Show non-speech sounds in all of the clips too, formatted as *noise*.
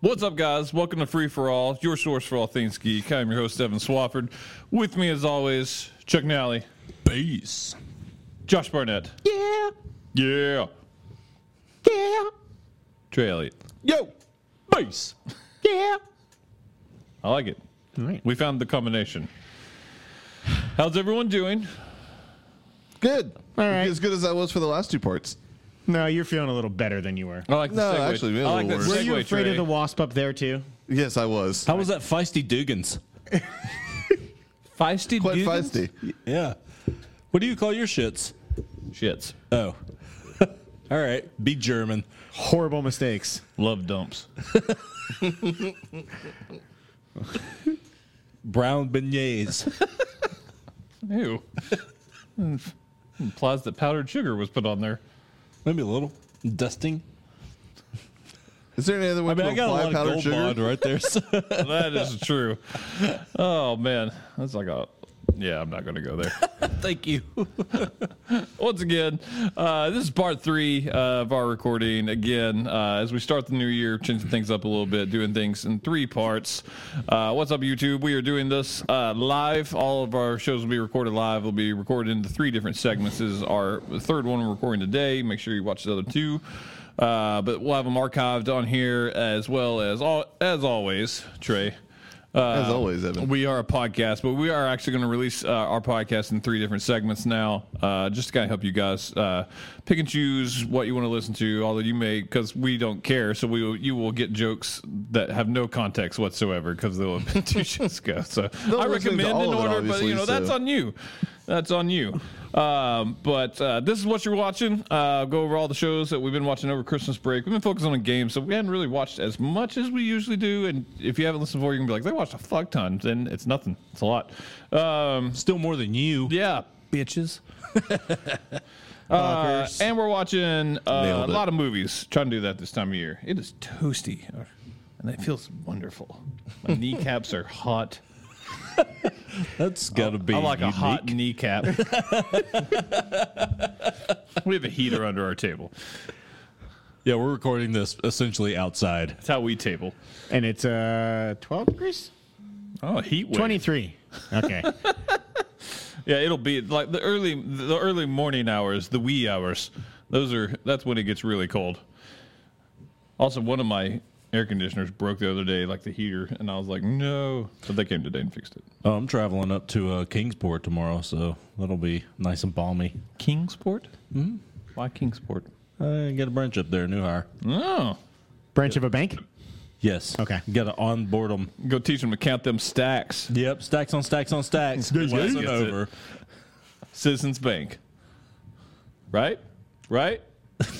What's up, guys? Welcome to Free for All, your source for all things geek. I'm your host, Evan Swafford. With me, as always, Chuck Nally. Peace. Josh Barnett. Yeah, Yeah. yeah, Trey Elliott. yo, Peace. yeah. I like it. All right, We found the combination. How's everyone doing? Good. All right. As good as I was for the last two parts. no, you're feeling a little better than you were. I like the No, segue. actually, we I had a like that little Were worse. segue, you afraid Trey. of the wasp up there too? Yes, I was. How was that feisty Dugan's? feisty Quite dudes? feisty. Yeah. What do you call your shits? Shits. Oh. *laughs* All right. Be German. Horrible mistakes. Love dumps. Brown beignets. Ew. *laughs* Implies that powdered sugar was put on there. Maybe a little dusting. Is there any other I one mean, I called got a Fly lot of Powder gold Sugar? bond right there. so- That is true. Oh man, that's like a. Yeah, I'm not going to go there. *laughs* *laughs* Thank you. Once again, uh, this is part three uh, of our recording. Again, uh, as we start the new year, changing things up a little bit, doing things in three parts. Uh, what's up, YouTube? We are doing this uh, live. All of our shows will be recorded live. Will be recorded into three different segments. This is our third one we're recording today. Make sure you watch the other two. Uh, but we'll have them archived on here as well as all as always, Trey. Uh, As always, *laughs* Evan. We are a podcast, but we are actually going to release uh, our podcast in three different segments now, uh, just to kind of help you guys uh, pick and choose what you want to listen to. Although you may, because we don't care, so we will, you will get jokes that have no context whatsoever because they'll *laughs* have been two shows ago. So They'll I listen to recommend all in of it, order, but you obviously, know that's so. on you. That's on you. Um, but uh, this is what you're watching. Uh, go over all the shows that we've been watching over Christmas break. We've been focusing on games, so we haven't really watched as much as we usually do. And if you haven't listened before, you can be like, they watched a fuck ton. Then it's nothing. It's a lot. Um, Still more than you. yeah. Bitches. Uh, and we're watching uh, Nailed a it. lot of movies. Trying to do that this time of year. It is toasty, and it feels wonderful. My *laughs* kneecaps are hot. That's got to be I like unique. a hot kneecap. *laughs* we have a heater under our table. Yeah, we're recording this essentially outside. That's how we table. And it's uh 12 degrees, Oh, a heat wave. 23. Okay, Yeah, it'll be like the early the early morning hours, the wee hours. Those are that's when it gets really cold. Also, one of my air conditioners broke the other day, like the heater, and I was like, no. But they came today and fixed it. Oh, I'm traveling up to uh, Kingsport tomorrow, so that'll be nice and balmy. Kingsport? Mm-hmm. Why Kingsport? I got a branch up there, new hire. Oh, *laughs* branch of a bank. Yes. Okay. Got to onboard them. go teach them to count them stacks. Yep. Stacks on stacks on stacks. Yes, Lesson yes, it- over. Citizens Bank. Right? Right?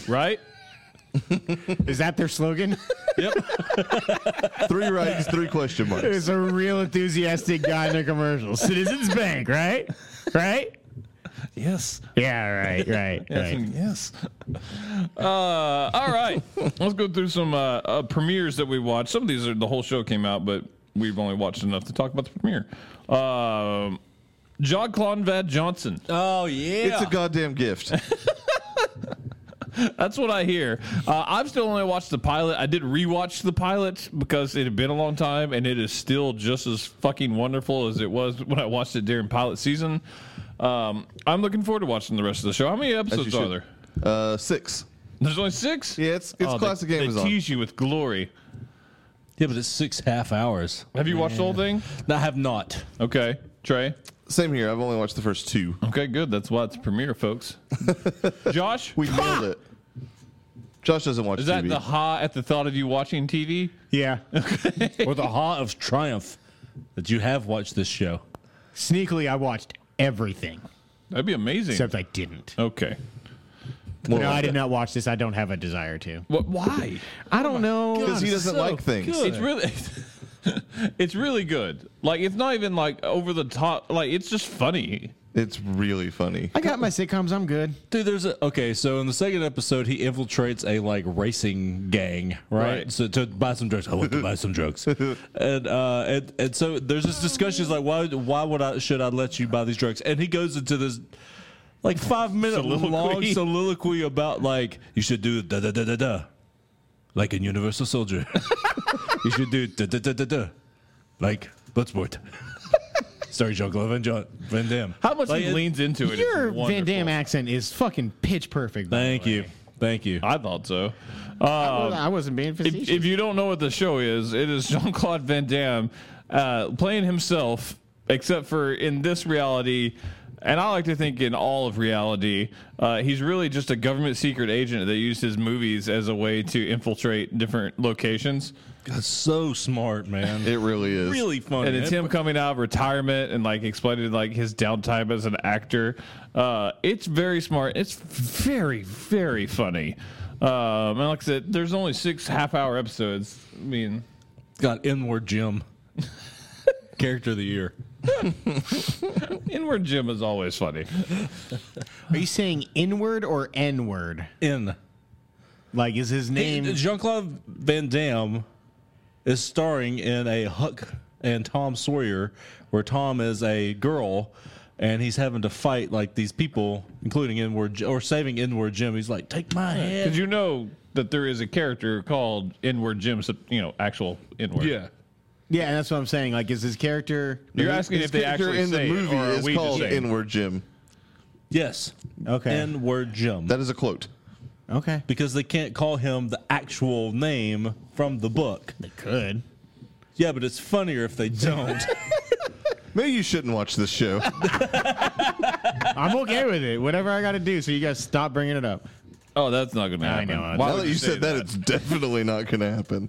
Right? Is that their slogan? *laughs* three rights, three question marks. There's a real enthusiastic guy in their commercials. Citizens Bank, right? Right? Yes. Yeah, right, *laughs* right, right. Yes. *laughs* Uh, all right. Let's go through some uh, uh, premieres that we watched. Some of these are the whole show came out, but we've only watched enough to talk about the premiere. Um, John Clonvad Johnson. Oh yeah. It's a goddamn gift. That's what I hear. Uh, I've still only watched the pilot. I did rewatch the pilot because it had been a long time, and it is still just as fucking wonderful as it was when I watched it during pilot season. Um, I'm looking forward to watching the rest of the show. How many episodes are should. there? Uh, six. Oh, There's only six. Yeah, it's- it's they- classic they, Amazon. tease you with glory. yeah, but it's six half hours. Have you watched the whole thing? I have not. Okay, Trey. Same here. I've only watched the first two. Okay, good. That's why it's premiere, *laughs* folks. Josh, *laughs* We nailed it. Josh doesn't watch is that TV. *laughs* the ha at the thought of you watching TV? Yeah. or the ha of triumph that you have watched this show. Sneakily, I watched everything, That'd be amazing. except I didn't. okay. More No, like I did that. not watch this. I don't have a desire to. What? Why? I don't know. Because he doesn't So like things. good. It's really, it's really *laughs* good. Like it's not even like over the top. Like it's just funny. It's really funny. I got my sitcoms. I'm good. Dude, there's a okay. So in the second episode, he infiltrates a like racing gang, right? Right. So to buy some drugs, I want to buy *laughs* some drugs, and uh, and and so there's this discussion. It's like, why why would I should I let you buy these drugs? And he goes into this like five minute *laughs* long Soliloquy. soliloquy about like you should do da da da da da, like in Universal Soldier. *laughs* You should do da da da da da, like Bloodsport. *laughs* Sorry, Jean Claude Van, John, Van Damme. How much Like, he it- leans into it. is Your Van wonderful. Damme accent is fucking pitch perfect. by the Thank way. you, thank you. I thought so. Well, Um, I wasn't being if, facetious. if you don't know what the show is, it is *laughs* Jean Claude Van Damme uh, playing himself, except for in this reality. And I like to think in all of reality, uh, he's really just a government secret agent that used his movies as a way to infiltrate different locations. That's so smart, man. It really is. really funny. and it's him coming out of retirement and like explaining like his downtime as an actor. Uh, it's very smart. It's very very funny. Um, and like I said, there's only six half hour episodes. I mean, got inward Jim. Character of the year. Inward Jim is always funny. Are you saying inward or N word? In Like, is his name? Jean Claude Van Damme is starring in a Huck and Tom Sawyer, where Tom is a girl and he's having to fight like these people, including inward J- or saving inward Jim. He's like, take my Did head. you know that there is a character called Inward Jim? so- You know, actual Inward. yeah, that's what I'm saying. Like, is his character? You're asking His if they character actually in the say it, movie or are is we just called saying it? Inward Jim. Yes. Okay. Inward Jim. That is a quote. Okay, because they can't call him the actual name from the book. they could. Yeah, but it's funnier if they don't. Maybe you shouldn't watch this *laughs* show. I'm okay with it. Whatever I got to do, so you guys stop bringing it up. Oh, that's not going to I happen. know, I Why now would that you say said that, it's definitely not going to happen.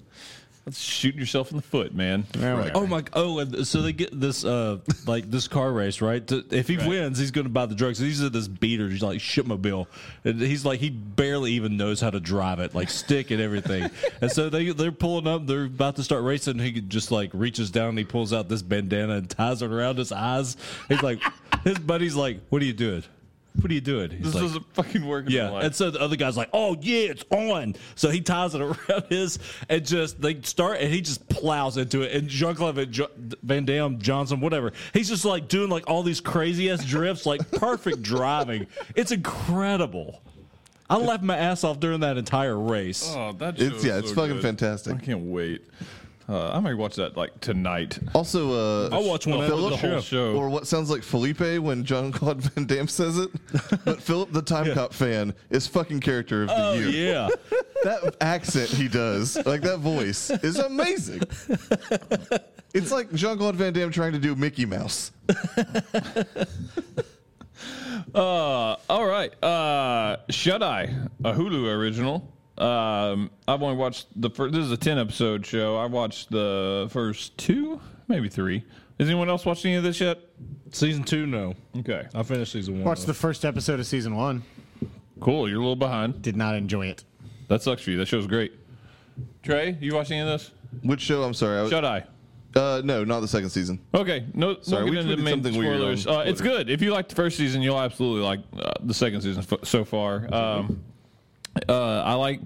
That's shooting yourself in the foot, man. Eh, whatever. Oh my! Oh, and so they get this uh like this car race, right? To- If he wins, he's going to buy the drugs. He's in this beater, he's like shitmobile, and he's like he barely even knows how to drive it, like stick and everything. and so they they're pulling up, they're about to start racing. He just like reaches down, and he pulls out this bandana and ties it around his eyes. He's like, his buddy's like, "What are you doing? What are you doing?" He's This like, doesn't fucking work. in yeah, real life. and so the other guy's like, "Oh yeah, it's on." So he ties it *laughs* around his, and just they start, and he just plows into it. And Jean Claude Van, Jo- Van Damme, Johnson, whatever, he's just like doing like all these crazy ass drifts, like perfect driving. It's incredible. I laughed my ass off during that entire race. Oh, that's It's yeah, it's fucking fantastic. I can't wait. Uh, I might watch that like tonight. Also, uh, I'll watch one Philip- after the whole the show. or what sounds like Felipe when John *laughs* Claude Van Damme says it, but Philip *laughs* the Time Cop fan is fucking character of the Oh year. yeah, That accent he does, like that voice, is amazing. It's like Jean Claude Van Damme trying to do Mickey Mouse. Uh, all right. Uh, Shut Eye, a Hulu original. Um, I've only watched the first. This is a ten episode show. I watched the first two, maybe three. Has anyone else watched any of this yet? season two. No, Okay, I finished season one. Watched the first episode of season one. cool. You're a little behind. Did not enjoy it. That sucks for you. That show's great. Trey, you watched any of this? Which show? I'm sorry. I was, Shut Mm. Eye. uh, no, not the second season. Okay, no, Sorry, we we into tweeted main something weird spoilers. on uh, it's good. If you liked the first season, you'll absolutely like uh, the second season f- so far. Um, uh, I like.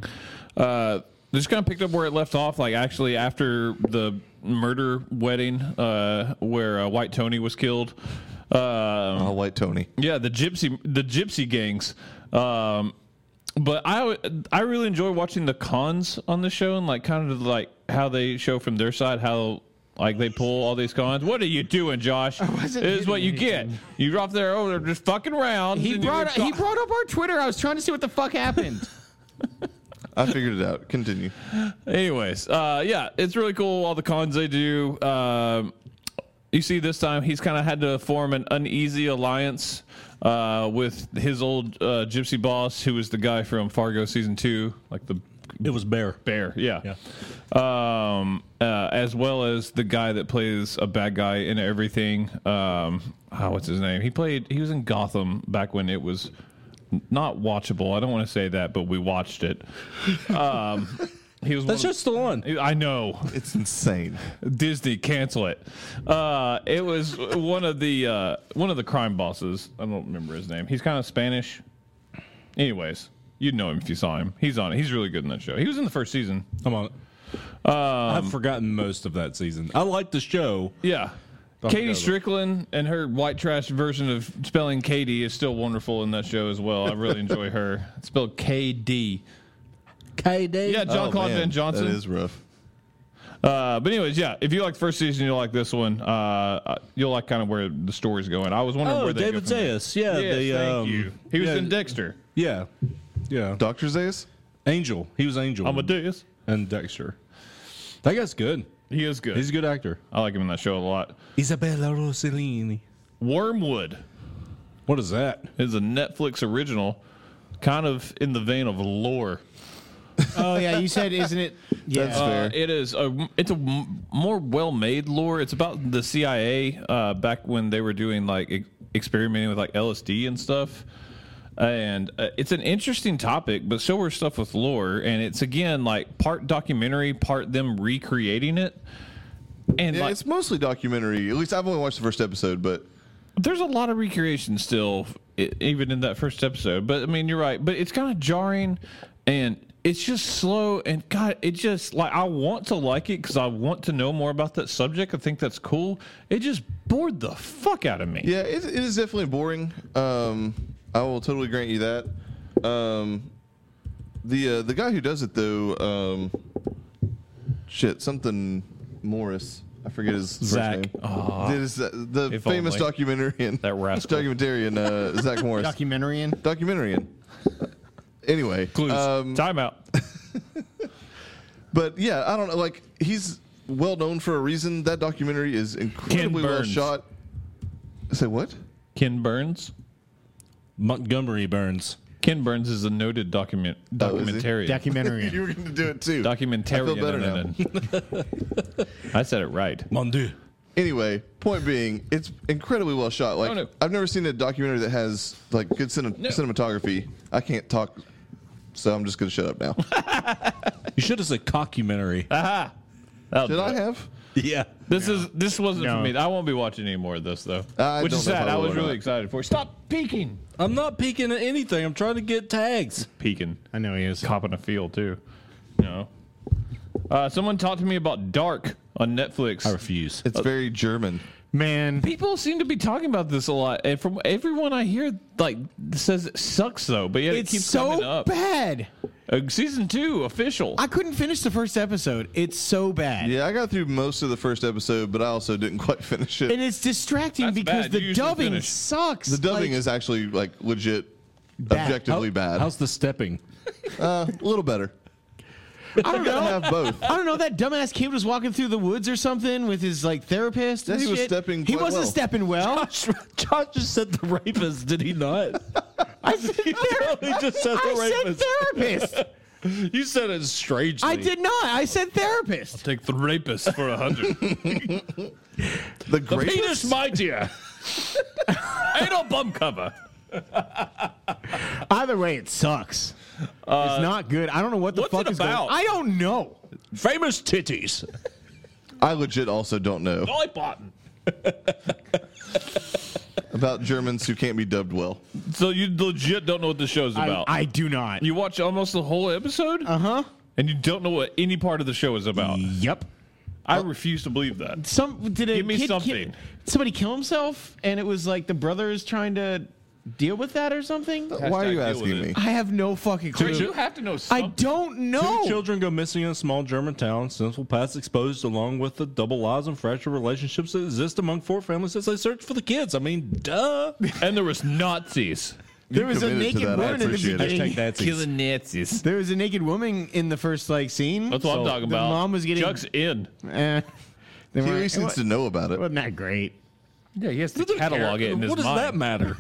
Uh, they just kind of picked up where it left off, like actually after the murder wedding uh, where uh, White Tony was killed. Um, All Oh, White Tony. yeah, the gypsy the gypsy gangs. Um, but I alwa- I really enjoy watching the cons on the show and like kind of like how they show from their side how like they pull all these cons. What are you doing, Josh? *laughs* This wasn't is what you hitting get. You're off there over there just fucking around. He and you brought were he co- brought up our Twitter. I was trying to see what the fuck happened. I figured it out. Continue. Anyways, uh, yeah, it's really cool all the cons they do. Um, you see, this time he's kind of had to form an uneasy alliance uh, with his old uh, gypsy boss, who was the guy from Fargo season two, like the It was Bear. bear, yeah. Um, uh, as well as the guy that plays a bad guy in everything. Um, oh, what's his name? He played. He was in Gotham back when it was not watchable. I don't want to say that, but we watched it. Um, he was. one That's of- just the one. I know. It's insane. Disney, cancel it. Uh, it was one of the uh, one of the crime bosses. I don't remember his name. He's kind of Spanish. Anyways, you'd know him if you saw him. He's on it. He's really good in that show. He was in the first season. Come on. um, I've forgotten most of that season. I like the show. Yeah. Don't Katie forget about- Strickland and her white trash version of spelling Katie is still wonderful in that show as well. I really enjoy her. It's spelled K D. KD. Yeah, John Oh, Claude man, Van Johnson. That is rough. Uh, but anyways, yeah, if you like the first season, you'll like this one. Uh, you'll like kind of where the story's going. I was wondering Oh, where they go David from there. Zayas. Yeah, Yes, the, thank um, you. He was yeah. in Dexter. Yeah, yeah. Doctor Zeus. Angel. He was Angel. I'm a Deus. and Dexter. That guy's good. He is good. He's a good actor. I like him in that show a lot. Isabella Rossellini. Wormwood What is that? is a Netflix original, kind of in the vein of lore. *laughs* Oh yeah, you said, isn't it? Yeah. That's Uh, fair. it is a it's a m- more well made lore. It's about the CIA uh, back when they were doing like e- experimenting with like LSD and stuff. And uh, it's an interesting topic, but so are stuff with lore. And it's again like part documentary, part them recreating it. And Yeah, like, it's mostly documentary. At least I've only watched the first episode, but there's a lot of recreation still, i- even in that first episode. But I mean, you're right. But it's kind of jarring, and it's just slow. And God, it just like I want to like it because I want to know more about that subject. I think that's cool. It just bored the fuck out of me. yeah, it, it is definitely boring. Um, I will totally grant you that. Um, the uh, the guy who does it though, um, shit, something Morris. I forget his Zach. first name. It is the the If famous only. documentarian. That rascal. *laughs* Documentarian uh, Zach Morris. Documentarian. documentarian. Anyway, Clues. um, *laughs* Time out. But yeah, I don't know. Like he's well known for a reason. That documentary is incredibly well Burns. shot. Say what? Ken Burns. Montgomery Burns. Ken Burns is a noted document Oh, is he? documentarian. *laughs* Documentarian. *laughs* You were going to do it too. documentarian. I feel better now. *laughs* I said it right. Mon Dieu. anyway, point being, it's incredibly well shot. Like Oh, no. I've never seen a documentary that has like good cine- No. cinematography. I can't talk, so I'm just going to shut up now. You should have said cockumentary. Ah. That'll Did do I it. have? yeah. This is this wasn't No. for me. I won't be watching any more of this though, I which don't is know if sad. I I, will was or really not. excited for. it. Stop peeking, I'm not peeking at anything. I'm trying to get tags. peeking, I know he is. copping a feel too. You know. Uh, someone talked to me about Dark on Netflix. I refuse. It's very German. Man, People seem to be talking about this a lot, and from everyone I hear, like says it sucks though. But yet it it's keeps coming so up. bad. Uh, season two official. I couldn't finish the first episode. It's so bad. Yeah, I got through most of the first episode, but I also didn't quite *laughs* finish it. And it's distracting That's because bad. You the usually dubbing finish. sucks. the dubbing Like, is actually like legit, Bad. objectively bad. How's the stepping? Uh, a little better. I don't know. Have both. I don't know. That dumbass kid was walking through the woods or something with his like therapist. and Yeah, he was shit. stepping He quite wasn't well. stepping well. Josh just said the rapist, did *laughs* he not? I *laughs* *laughs* said, ther- *laughs* He just said the *laughs* I rapist. said therapist. You said it strangely. I did not. I said therapist. Take the rapist for a hundred. The great *laughs* my dear. *laughs* Anal bum cover. Either way, it sucks. it's not good. I don't know what the Uh, what's fuck it is going about? on. I don't know. Famous titties. I legit also don't know Dolly Parton. about Germans who can't be dubbed well. So you legit don't know what the show's I, about. I do not. You watch almost the whole episode? Uh huh. And you don't know what any part of the show is about. Yep. I refuse to believe that. Some did a Give me kid kill- something. somebody kill himself, and it was like the brother is trying to deal with that or something. Why are Hashtag you deal with asking it. me? I have no fucking clue. have to know I don't know. Two children go missing in a small German town, sinful past exposed, along with the double lives and fractured relationships that exist among four families as they search for the kids. I mean, duh. And there was Nazis. There was a committed to naked that. I woman in the appreciate it. beginning. Nazis. Nazis. There was a naked woman in the first like scene. That's what I'm So talking about. The mom was getting. Chuck's in. *laughs* eh, they He at weren't- least it needs to know about wa- it. wasn't that great. Yeah, he has to catalog it in his What does mind. that matter?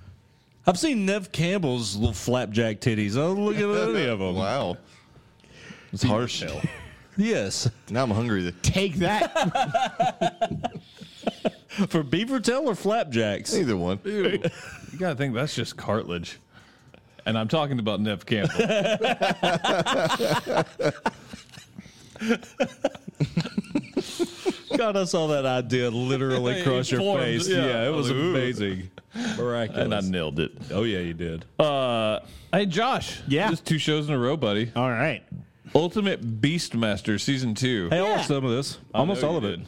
*laughs* I've seen Nev Campbell's little flapjack titties. I don't look at any of *laughs* them. Wow. It's harsh. Yes, Now I'm hungry. Take that. *laughs* for beaver tail or flapjacks. Either one. You gotta think that's just cartilage. And I'm talking about Nev Campbell. God, I saw that idea literally cross your formed, face. yeah. Yeah, it was Like, ooh. amazing, and I miraculous. nailed it. Oh yeah, you did. Uh, hey, Josh. Yeah. Just two shows in a row, buddy. All right. Ultimate Beastmaster Season 2. Hey, I Yeah. watched some of this. I Almost know all you of it. did.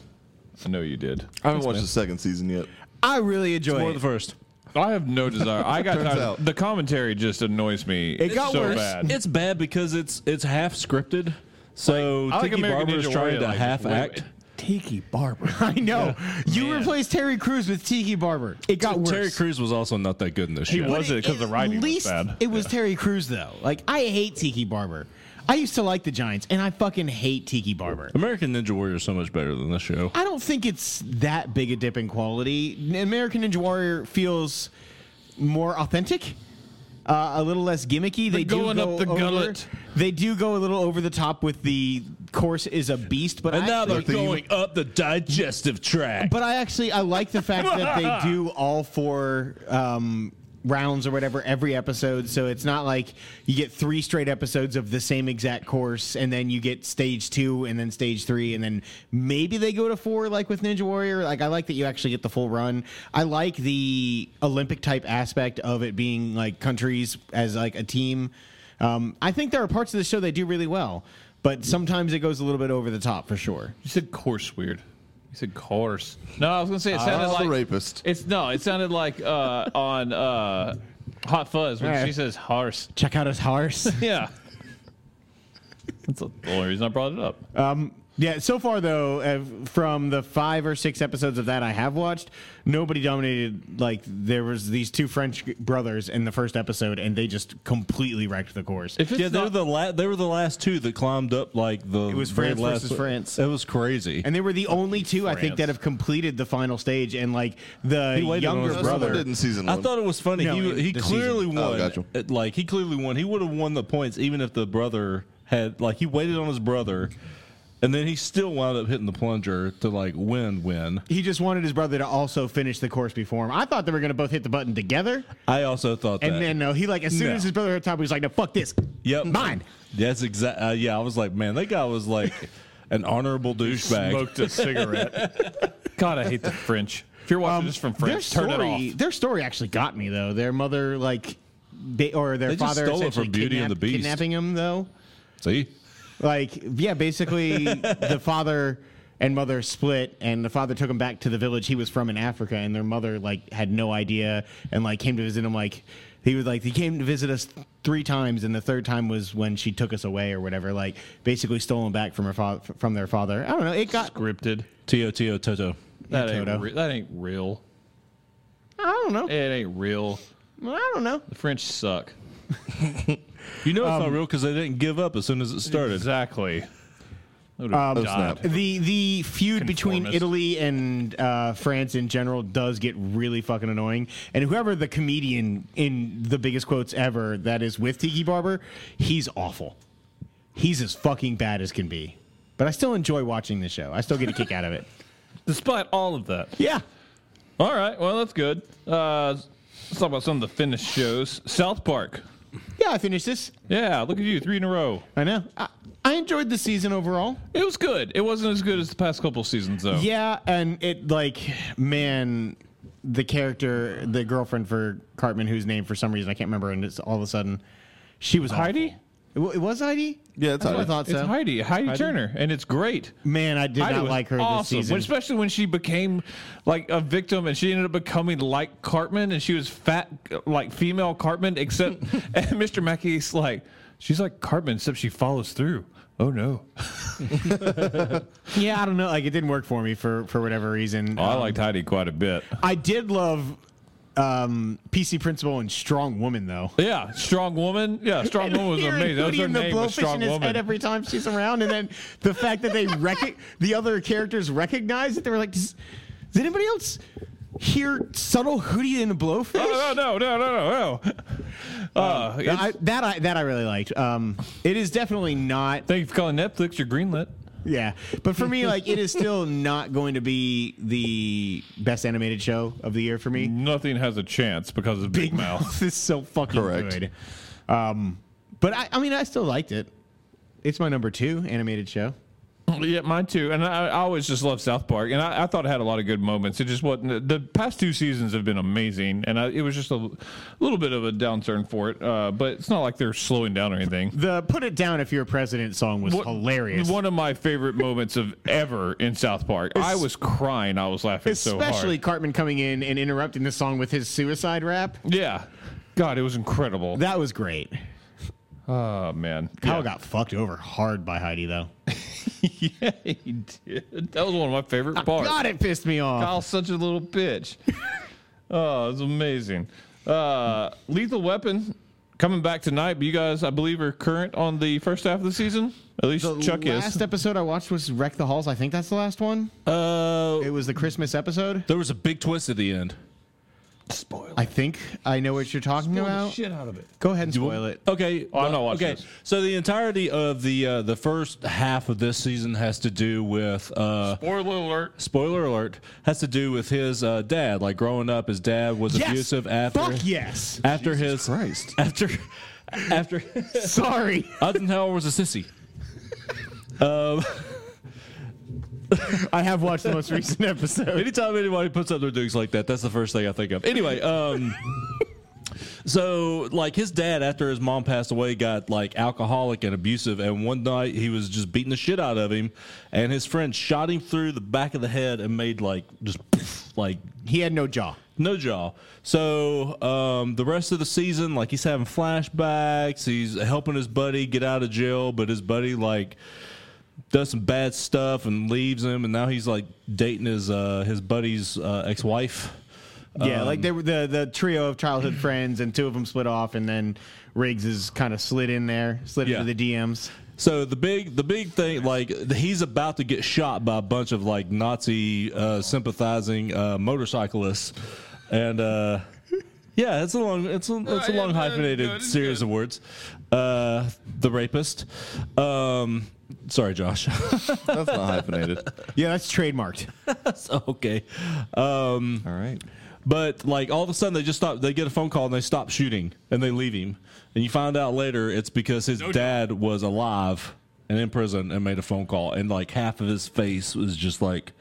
I know you did. I haven't watched the second season yet. I really enjoy More it. of the first. I have no desire. I *laughs* got Turns tired. out. Of, the commentary just annoys me. It got so worse. bad. It's bad because it's it's half scripted. So I like Tiki American Barber is Ninja trying Warrior, to like, half wait, act. wait. Tiki *laughs* Barber. I know. You Man. replaced Terry Crews with Tiki Barber. It got worse. Terry Crews was also not that good in this He show. was- it 'cause At the writing was least bad? It was Terry Crews though. Like I hate Tiki Barber. I used to like the Giants, and I fucking hate Tiki Barber. American Ninja Warrior is so much better than this show. I don't think it's that big a dip in quality. American Ninja Warrior feels more authentic, uh, a little less gimmicky. They going do up go the over- gullet. They do go a little over the top with the course is a beast, but And I now they're actually, going up the digestive tract. but I actually I like the fact that they do all four um, rounds or whatever every episode, so it's not like you get three straight episodes of the same exact course, and then you get stage two, and then stage three, and then maybe they go to four like with Ninja Warrior. Like I like that you actually get the full run. I like the Olympic type aspect of it being like countries as like a team. Um, I think there are parts of the show they do really well. But sometimes it goes a little bit over the top for sure. You said coarse weird. You said coarse. No, I was gonna say it sounded that's like the rapist. It's no, it sounded like uh, on uh, Hot Fuzz when she says horse. Check out his horse. Yeah. That's the only reason I brought it up. Yeah, so far though, uh, from the five or six episodes of that I have watched, nobody dominated. Like there was these two French brothers in the first episode, and they just completely wrecked the course. if it's yeah, they were not- the la- they were the last two that climbed up like the. It was France versus France. It was crazy. and they were the only two I think France. that have completed the final stage, and like the He waited on younger his No, someone brother. did in season I one. thought it was funny. No, it- he he this clearly won. Oh, gotcha. Uh, Like he clearly won. He would have won the points even if the brother had like he waited on his brother, and then he still wound up hitting the plunger to like win win. He just wanted his brother to also finish the course before him. I thought they were going to both hit the button together, I also thought and that. then no, he like as soon Uh, No. as his brother hit top, he was like, "No, fuck this, yep, mine." That's exact. Uh, yeah, I was like, man, that guy was like an honorable douchebag. smoked a cigarette. God, I hate the French. If you're watching this from Their French, story, turn it off. Their story actually got me though. Their mother, like, they, or their They just father, stole it essentially from Beauty and the kidnapped- Beast. kidnapping him though. See, Like, yeah, *laughs* basically, the father and mother split, and the father took him back to the village he was from in Africa, and their mother like had no idea, and like came to visit him. Like, he was like, he came to visit us three times, and the third time was when she took us away or whatever. Like, basically, stolen back from her father from their father. I don't know. It got. Scripted. Tio Tio Toto. That Toto. ain't, re- that ain't real. I don't know. It ain't real. I don't know. The French suck. You know it's um, not real because they didn't give up as soon as it started. Exactly. Oh, snap. The the feud between Conformist. Italy and uh, France in general does get really fucking annoying. And whoever the comedian in the biggest quotes ever that is with Tiki Barber, he's awful. He's as fucking bad as can be. But I still enjoy watching the show. I still get a kick out of it. Despite all of that. Yeah. All right. Well, that's good. Uh, let's talk about some of the finished shows. South Park. Yeah, I finished this. Yeah, look at you, three in a row. I know. I, I enjoyed the season overall. It was good. It wasn't as good as the past couple seasons, though. Yeah, and it like man, the character, the girlfriend for Cartman, whose name for some reason I can't remember, and it's all of a sudden she was awful. Heidi? It, wa- it was Heidi. Yeah, it's That's what I Heidi. thought It's so. Heidi, Heidi, Turner, and it's great. Man, I did Heidi not was like her awesome, this when- season. especially when she became like a victim, and she ended up becoming like Cartman, and she was fat, like female Cartman. *laughs* Except *laughs* and Mr. Mackey's like, she's like Cartman, except she follows through. Oh no! yeah, I don't know. Like it didn't work for me for for whatever reason. I Um, liked Heidi quite a bit. I did love um PC Principal and Strong Woman though. Yeah, strong woman. *laughs* Yeah, strong woman was Hearing amazing. That was her Hootie and the name. Was blowfish strong in his head woman. *laughs* every time she's around, and then the fact that they rec- the other characters recognized it, they were like, "Does, does anybody else hear subtle Hootie and the blowfish?" No, Oh, no, no, no, no, no. Uh, That it's- Um, I, that I that I really liked. Um, it is definitely not thank you for calling Netflix. You're greenlit. Yeah, but for me, like, it is still not going to be the best animated show of the year for me. Nothing has a chance because of Big, Mouth. is so fucking Correct. good. Um, but I, I mean, I still liked it. It's my number two animated show. *laughs* Yeah, mine too. And I, I always just love South Park, and I, I thought it had a lot of good moments. It just wasn't. The past two seasons have been amazing, and I, it was just a little bit of a downturn for it. Uh, but it's not like they're slowing down or anything. The "Put It Down If You're President" song was What- hilarious, One of my favorite moments of ever in South Park. I was crying. I was laughing so especially hard. Cartman coming in and interrupting the song with his suicide rap. Yeah. God, it was incredible. That was great. Oh man, Kyle yeah. got fucked over hard by Heidi though. *laughs* yeah, he did. That was one of my favorite parts. God, it pissed me off. Kyle's such a little bitch. oh, it's amazing. Uh, Lethal Weapon coming back tonight, but you guys, I believe, are current on the first half of the season. At least The Chuck last is. episode I watched was Wreck the Halls. I think that's the last one. Uh, It was the Christmas episode. there was a big twist at the end. Spoiler. I think I know what you're talking about. shit out of it. Go ahead and spoil it. Okay, Oh, I'm not watching Okay, this. so the entirety of the uh, the first half of this season has to do with uh, Spoiler alert. spoiler alert has to do with his uh, dad. Like growing up, his dad was abusive after Fuck *laughs* yes. after his Christ. *laughs* after after *laughs* Sorry. Eisenhower was a sissy. I have watched the most recent episode. *laughs* Anytime anybody puts up their dukes like that, that's the first thing I think of. Anyway, um, *laughs* so like his dad, after his mom passed away, got like alcoholic and abusive, and one night he was just beating the shit out of him, and his friend shot him through the back of the head and made like just *laughs* like He had no jaw. no jaw. So um, the rest of the season, like he's having flashbacks. He's helping his buddy get out of jail, but his buddy like does some bad stuff and leaves him, and now he's like dating his uh, his buddy's uh, ex wife. Yeah, like they were the the trio of childhood friends, and two of them split off, and then Riggs is kind of slid in there, slid Yeah. into the DMs. So the big the big thing like he's about to get shot by a bunch of like Nazi uh, sympathizing uh, motorcyclists, and uh, yeah, it's a long it's a, it's a yeah, long no, hyphenated it's good, it's series of words. Uh, the rapist. Um, sorry, Josh. *laughs* That's not hyphenated. Yeah, that's trademarked. *laughs* That's okay. Um, All right. but like all of a sudden they just stop. They get a phone call and they stop shooting and they leave him. And you find out later it's because his dad was alive and in prison and made a phone call and like half of his face was just like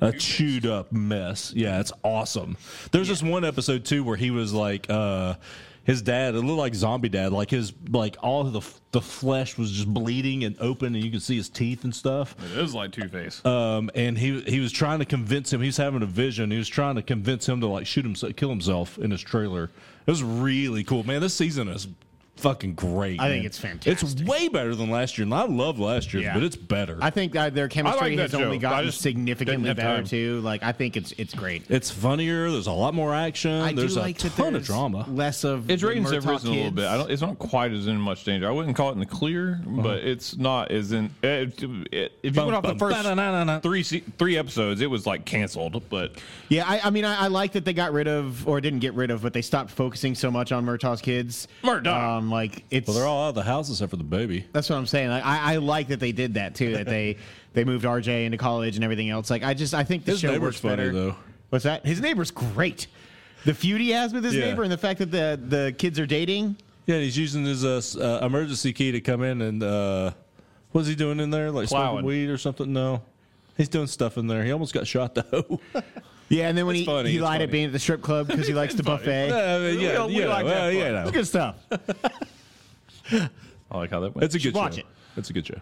a chewed up mess. Yeah, it's awesome. There's this one episode too where he was like. uh his dad, it looked like zombie dad. Like his, like all of the the flesh was just bleeding and open, and you could see his teeth and stuff It is like Two Face. Uh, um, and he he was trying to convince him. He was having a vision. He was trying to convince him to like shoot himself, kill himself in his trailer. It was really cool, man. This season is fucking great. I think man. it's fantastic. It's way better than last year, and I love last year, Yeah. but it's better. I think uh, their chemistry that has only joke. I gotten just significantly didn't have better time. too. Like I think it's it's great. it's funnier. There's a lot more action. I there's do a like that ton of there's drama. Less of Its the ratings have Murtaugh risen a little kids. bit. I don't, it's not quite as in much danger. I wouldn't call it in the clear, but it's not as in. It, it, if you went off the first three se- three episodes, it was like canceled. But Yeah, I, I mean, I, I like that they got rid of, or didn't get rid of, but they stopped focusing so much on Murtaugh's kids. Murtaugh. um, like it's. Well, they're all out of the house except for the baby. that's what I'm saying. Like, I, I like that they did that too. That *laughs* they they moved RJ into college and everything else. Like I just I think the His show neighbor's works funny, better. though. What's that? His neighbor's great. The feud he has with his Yeah. neighbor and the fact that the the kids are dating. Yeah, and he's using his uh, s- uh, emergency key to come in and uh, what's he doing in there? Like Plowing. smoking weed or something? No, he's doing stuff in there. He almost got shot though. *laughs* Yeah, and then when It's he, funny, he it's lied at funny. being at the strip club because he likes the buffet. *laughs* Yeah, I mean, We yeah, all- we you know, like that well, part. you know. It's *laughs* good stuff. I like how that went. It's a good watch show. it. It's a good show.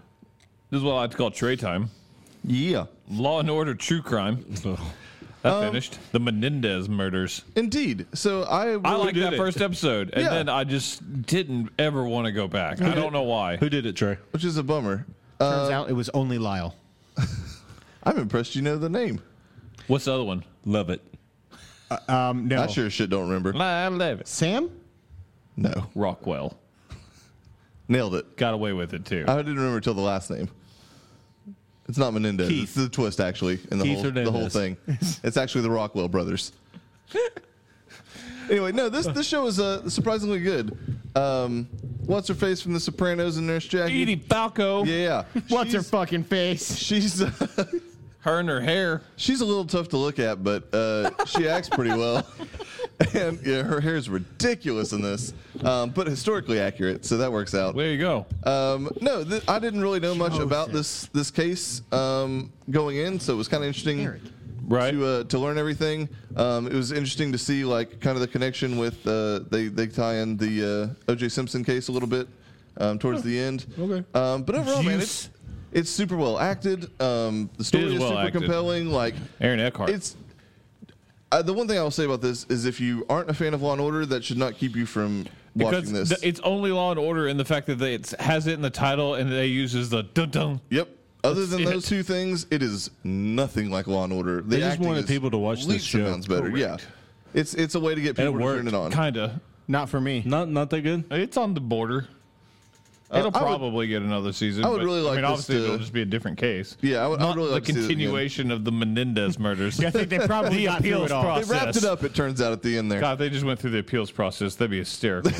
this is what I like to call Trey time. Yeah. Law and Order True Crime. That finished. The Menendez murders. Indeed. So I. I will- liked that first episode, and Yeah. then I just didn't ever want to go back. I don't know why. Who did it, Trey? which is a bummer. Uh, Turns out it was only Lyle. I'm impressed you know the name. What's the other one? Love it. Um, no, I sure as shit don't remember. I love it. Sam. No. Rockwell Nailed it. got away with it too. I didn't remember till the last name. It's not Menendez. Keith. It's the twist actually in the Keith whole the whole Hernandez. *laughs* thing. It's actually the Rockwell brothers. *laughs* anyway, no, this this show is uh, surprisingly good. Um, what's her face from The Sopranos and Nurse Jackie? Edie Falco, Yeah, *laughs* yeah. What's her she's, fucking face? She's uh, *laughs* her and her hair. she's a little tough to look at, but uh, she acts pretty well. *laughs* And yeah, her hair is ridiculous in this, um, but historically accurate, so that works out. There you go. Um, no, th- I didn't really know much about this this case um, going in, so it was kind of interesting Eric. Right. to uh, to learn everything. Um, it was interesting to see like kind of the connection with uh, they they tie in the uh, O.J. Simpson case a little bit um, towards the end. Okay. um, but overall, man, Juice. it's it's super well acted. Um, the story is is, well super acted. compelling. Like Aaron Eckhart. it's uh, the one thing I will say about this is if you aren't a fan of Law and Order, that should not keep you from watching because this. th- it's only Law and Order, and the fact that they, it has it in the title and they uses the dun dun. yep. Other than it. those two things, it is nothing like Law and Order. The They just acting wanted is people to watch this leaps and show. bounds better. Yeah, it's it's a way to get And it people to turn worked. it on. Kinda. Not for me. Not not that good. It's on the border. Uh, It'll I would- probably get another season. I would but, really I like mean, this obviously, to- it'll just be a different case. Yeah, I would- I Not would really like the to see that again. continuation of the Menendez *laughs* murders. I think they probably The got through appeals it all. process. They wrapped it up. It turns out at the end there, God, they just went through the appeals process. That'd be *laughs* hysterical.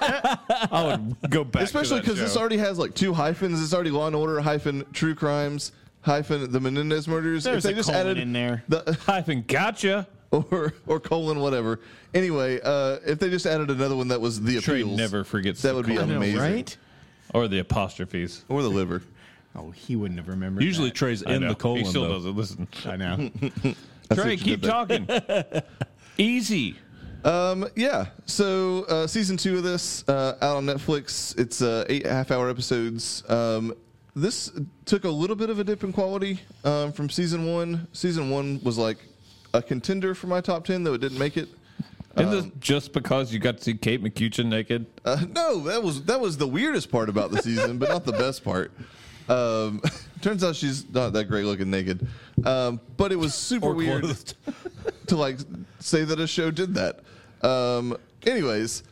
I would go back, especially because because this already has like two hyphens. It's already Law and Order hyphen True Crimes hyphen the Menendez murders. There's if they a just colon added in there. the, *laughs* hyphen gotcha. or or colon whatever. Anyway, uh, if they just added another one that was the Trey appeals, never forgets that the would be colon. I know, amazing, right? or the apostrophes. Or the liver. Oh, he wouldn't have remembered. Usually that. Trey's I in know. the colon He still though. doesn't listen. I know. Trey, what you keep did there. talking. *laughs* Easy. Um, yeah. So uh, season two of this uh, out on Netflix. It's uh, eight half hour episodes. Um, this took a little bit of a dip in quality um, from season one. Season one was like a contender for my top ten, though it didn't make it. Isn't this just because you got to see Kate McCutcheon naked? Um, Uh, no, that was that was the weirdest part about the season, but not the best part. Um, *laughs* turns out she's not that great looking naked, um, but it was super weird *laughs* to like say that a show did that. Um, anyways,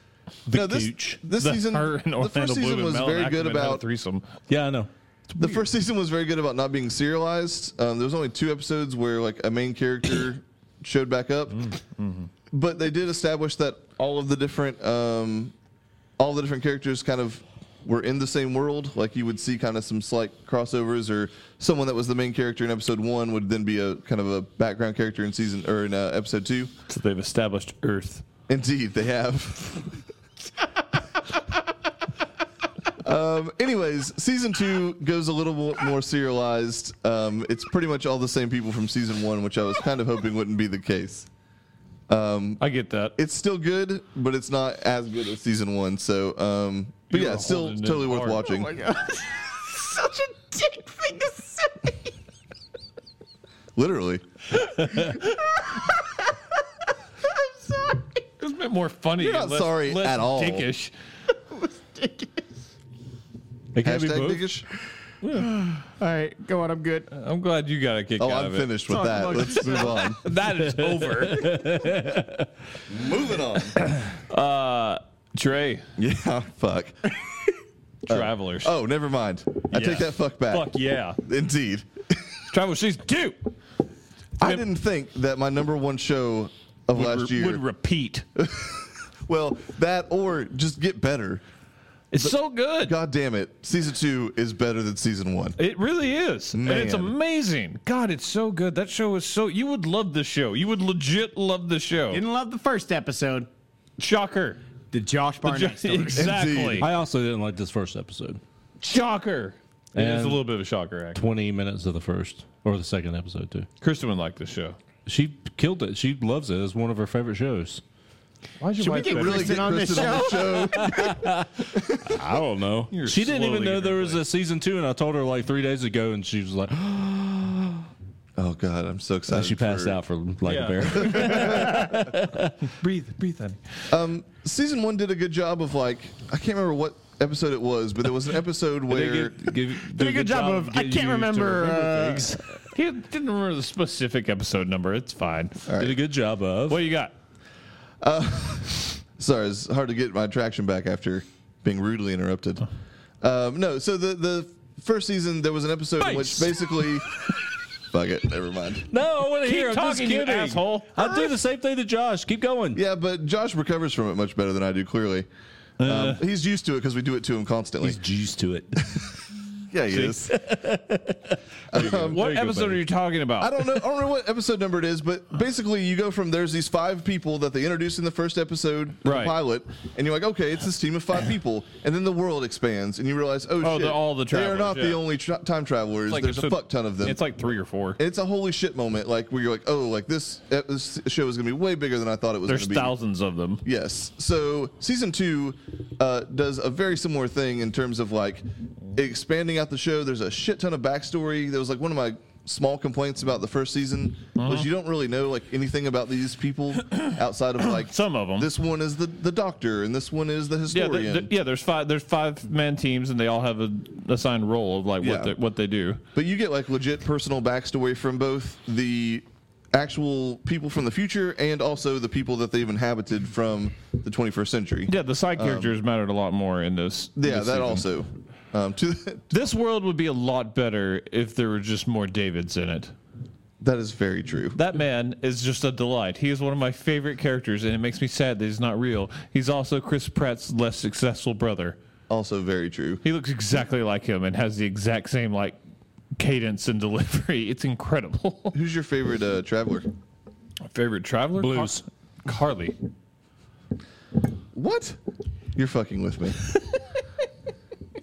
The no, this, Gooch. this The- season, her and the Orlando first Bloom season and was Malin very good Ackerman had a about threesome. Yeah, I know. the first season was very good about not being serialized. Um, there was only two episodes where like a *clears throat* main character showed back up, Mm, mm-hmm. but they did establish that all of the different um, all the different characters kind of were in the same world. Like you would see kind of some slight crossovers, or someone that was the main character in episode one would then be a kind of a background character in season or in uh, episode two. So they've established Earth. Indeed, they have. *laughs* um, anyways, season two goes a little more, more serialized. Um, it's pretty much all the same people from season one, which I was kind of hoping wouldn't be the case. I get that. It's still good, but it's not as good as season one. So, um, but You yeah, were it's still holding it totally worth hard. watching. Oh *laughs* Such a dick thing to say. Literally, I'm sorry. It's a bit more funny. You're not and less- sorry less at all. Dickish. It can't be hashtag both. dickish. All right, go on. I'm good. I'm glad you got a kick Oh, out I'm of finished with Talk that. amongst Let's move on. it. That *laughs* is over. *laughs* Moving on. Trey, *laughs* Yeah, fuck. Travelers. Oh, never mind. I Yeah. take that fuck back. Fuck yeah. Indeed. Travel season two I didn't think that my number one show of would, last re- year. would repeat. well, that or just get better. It's so good. God damn it, season two is better than season one. It really is. And it's Man. amazing. God, it's so good. That show is so. You would love the show. You would legit love the show. Didn't love the first episode. Shocker. The Josh Barnett *laughs* story. exactly. Indeed. I also didn't like this first episode. Shocker. It is And- a little bit of a shocker, actually. Twenty minutes of the first or the second episode too. Kristen would like this show. She killed it. She loves it. It's one of her favorite shows. Why Should we get Really Kristen get on this Kristen on show? the show. *laughs* I don't know. You're she didn't even slowly know getting there was a season two, and I told her like three days ago, and she was like, *gasps* oh God, I'm so excited. she passed for- out for like Yeah. a bear. breathe, breathe, honey. Season one did a good job of like I can't remember what episode it was, but there was *laughs* an episode *laughs* where Did a good job of I can't remember. uh, *laughs* He didn't remember the specific episode number. It's fine. Did a good job of. What you got? Sorry, it's hard to get my traction back after being rudely interrupted. Um, no, so the the first season there was an episode in which Space. *laughs* basically, fuck it, never mind. no, I want to hear. I'm just talking, you kidding. asshole. I do the same thing to Josh. Keep going. Yeah, but Josh recovers from it much better than I do. Clearly, Uh. um, he's used to it because we do it to him constantly. He's juiced to it. yeah, he is. What episode are you talking about? I don't know. I don't know what episode number it *laughs* is, but basically, you go from there's these five people that they introduced in the first episode, of Right. the pilot, and you're like, okay, it's this team *laughs* of five people, and then the world expands, and you realize, Oh, oh, shit, they're all the they are travelers, not the yeah. only tra- time travelers. there's a episode- fuck ton of them. It's like three or four. And it's a holy shit moment, like where you're like, oh, like this, ep- this show is gonna be way bigger than I thought it was. There's gonna be. thousands of them. Yes. So season two uh, does a very similar thing in terms of like expanding out the show. There's a shit ton of backstory. There was like one of my small complaints about the first season Mm-hmm. was you don't really know like anything about these *coughs* people outside of like Some of 'em. This one is the the doctor, and this one is the Yeah, historian. there, there- yeah. There's five. There's five man teams, and they all have a assigned role of like Yeah. what they, what they do. But you get like legit personal backstory from both the actual people from the future and also the people that they've inhabited from the 21st century. Yeah, the side characters mattered a lot more in this. Um, Yeah, this that season. also. Um, to This world would be a lot better if there were just more Davids in it. that is very true. That man is just a delight. He is one of my favorite characters, and it makes me sad that he's not real. He's also Chris Pratt's less successful brother. Also very true. He looks exactly like him and has the exact same like cadence and *laughs* delivery. It's incredible. Who's your favorite uh, traveler? favorite traveler? Blues. Car- Carly. What? You're fucking with me.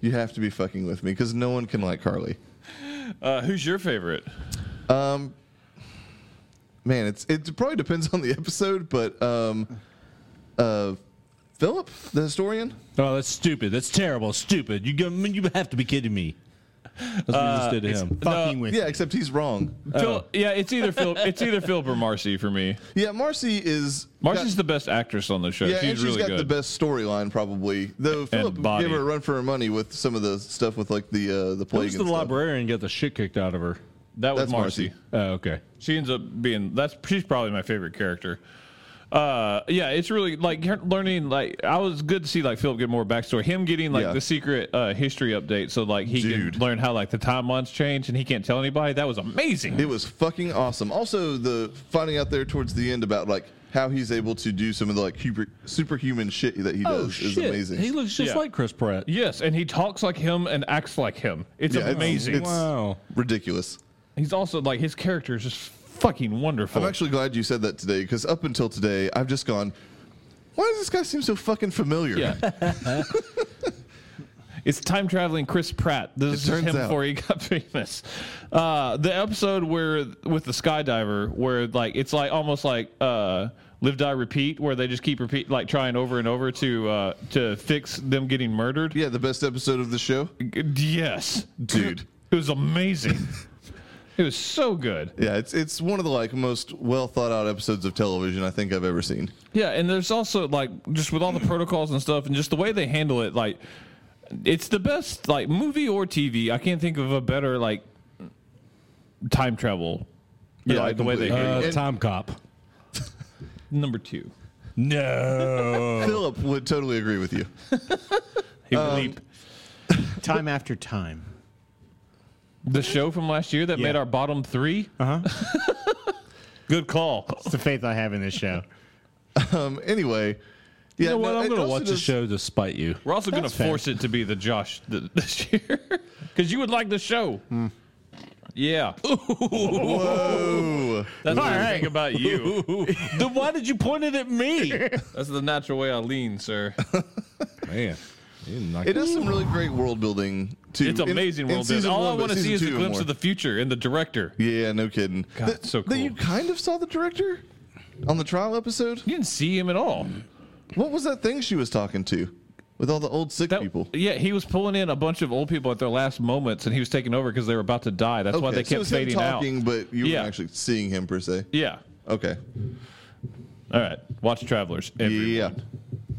*laughs* you have to be fucking with me because no one can like Carly. Uh, who's your favorite? Um, man, it's it probably depends on the episode, but um, uh, Philip, the historian. *laughs* Oh, that's stupid. That's terrible. Stupid. You go, I mean, you have to be kidding me. Uh, That's what you just did to him. fucking with Yeah, except he's wrong. Phil, yeah, it's either Phil. It's either Philip or Marcy for me. Yeah, Marcy is. Marcy's got- the best actress on the show. yeah, and she's she's really got good. the best storyline probably. Though Philip body. gave her a run for her money with some of the stuff with like the uh, the plague. Who's the and stuff. librarian got the shit kicked out of her? that was That's Marcy. Marcy. Oh, okay. She ends up being that's she's probably my favorite character. Uh, yeah, it's really like her- learning. Like, I was good to see like Philip get more backstory. Him getting like Yeah. the secret uh, history update, so like he Dude. can learn how like the timelines change, and he can't tell anybody. That was amazing. It was fucking awesome. Also, the finding out there towards the end about like how he's able to do some of the like super, superhuman shit that he does is amazing. Oh, He looks just Yeah. like Chris Pratt. yes, and he talks like him and acts like him. It's Yeah, it's- amazing. it's- Wow. Ridiculous. He's also like his character is just fucking wonderful. I'm actually glad you said that today because up until today, I've just gone. Why does this guy seem so fucking familiar? yeah. It's time traveling Chris Pratt. This is turns him out. before he *laughs* got famous. Uh, the episode where with the skydiver, where like it's like almost like uh, live die repeat, where they just keep repeat like trying over and over to uh, to fix them getting murdered. Yeah, the best episode of the show. Yes, Dude. it was amazing. it was so good. Yeah, it's it's one of the like most well thought out episodes of television I think I've ever seen. Yeah, and there's also like just with all the protocols and stuff, and just the way they handle it, like it's the best like movie or TV. I can't think of a better like time travel. Yeah, like the way they completely. handle Uh, And- Tom Cop. it. number two. *laughs* No. Philip would totally agree with you. He would leap. time after time. The show from last year that Yeah. made our bottom three. Uh-huh. Uh huh. Good call. It's the faith I have in this *laughs* show. Um. Anyway, yeah. you know what? no, I'm it going to also watch the just- show to spite you. We're also going to That's fair. force it to be the Josh th- this year *laughs* because you would like the show. Hmm. Yeah, *laughs* Whoa. that's what I think about *laughs* you. then why did you point it at me? That's the natural way I lean, sir. Man. you knocked It does some really great world building too. It's In- amazing in world building. season All one, I but want to see season is a two and glimpse more. of the future and the director. Yeah, no kidding. God, it's so That you cool. kind of saw the director on the trial episode. You didn't see him at all. Mm, What was that thing she was talking to with all the old sick That- people? Yeah, he was pulling in a bunch of old people at their last moments, and he was taking over because they were about to die. That's why they Okay, so it kept was him fading talking, out. but you Yeah. weren't actually seeing him per se. Yeah. Okay. All right. Watch Travelers. Yeah. Everyone.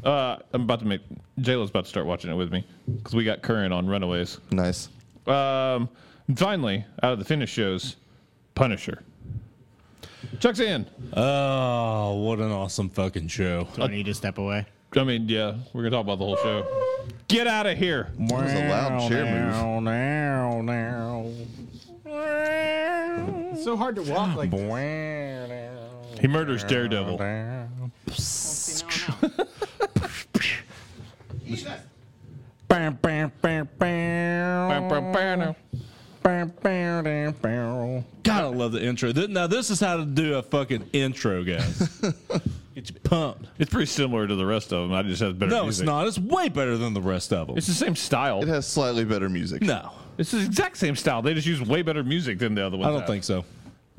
Uh, I'm about to make JLo's about to start watching it with me because we got current on Runaways. Nice. Um, and finally, out of the finished shows, Punisher. Chuck's in. Oh, what an awesome fucking show. Do I need to step away? I mean, yeah, we're gonna talk about the whole show. Get out of here. That was a loud chair move. Now, now, now. It's so hard to walk like He murders Daredevil. Bam, bam, bam, bam. Bam, bam, bam, bam. God, I love the intro. Th- Now, this is how to do a fucking intro, guys. *laughs* Get you pumped. It's pretty similar to the rest of them. I just have better. No, music. it's not. It's way better than the rest of them. It's the same style. It has slightly better music. no, It's the exact same style. They just use way better music than the other ones. I don't have. think so.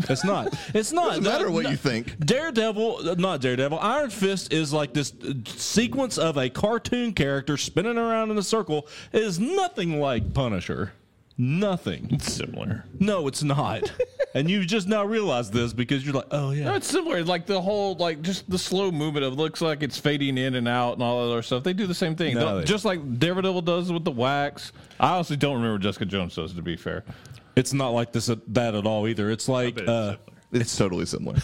It's not. It's not. Doesn't matter No, what no. you think. Daredevil, not Daredevil. Iron Fist is like this uh, sequence of a cartoon character spinning around in a circle. It is nothing like Punisher. Nothing. It's similar. No, it's *laughs* not. and you just now realize this because you're like, oh yeah. No, it's similar. Like the whole, like just the slow movement of looks like it's fading in and out and all that other stuff. They do the same thing, No, They'll- they- just like Daredevil does with the wax. I honestly don't remember what Jessica Jones does. To be fair, It's not like this at that at all either. It's like, bet it's uh, It's, *laughs* totally similar.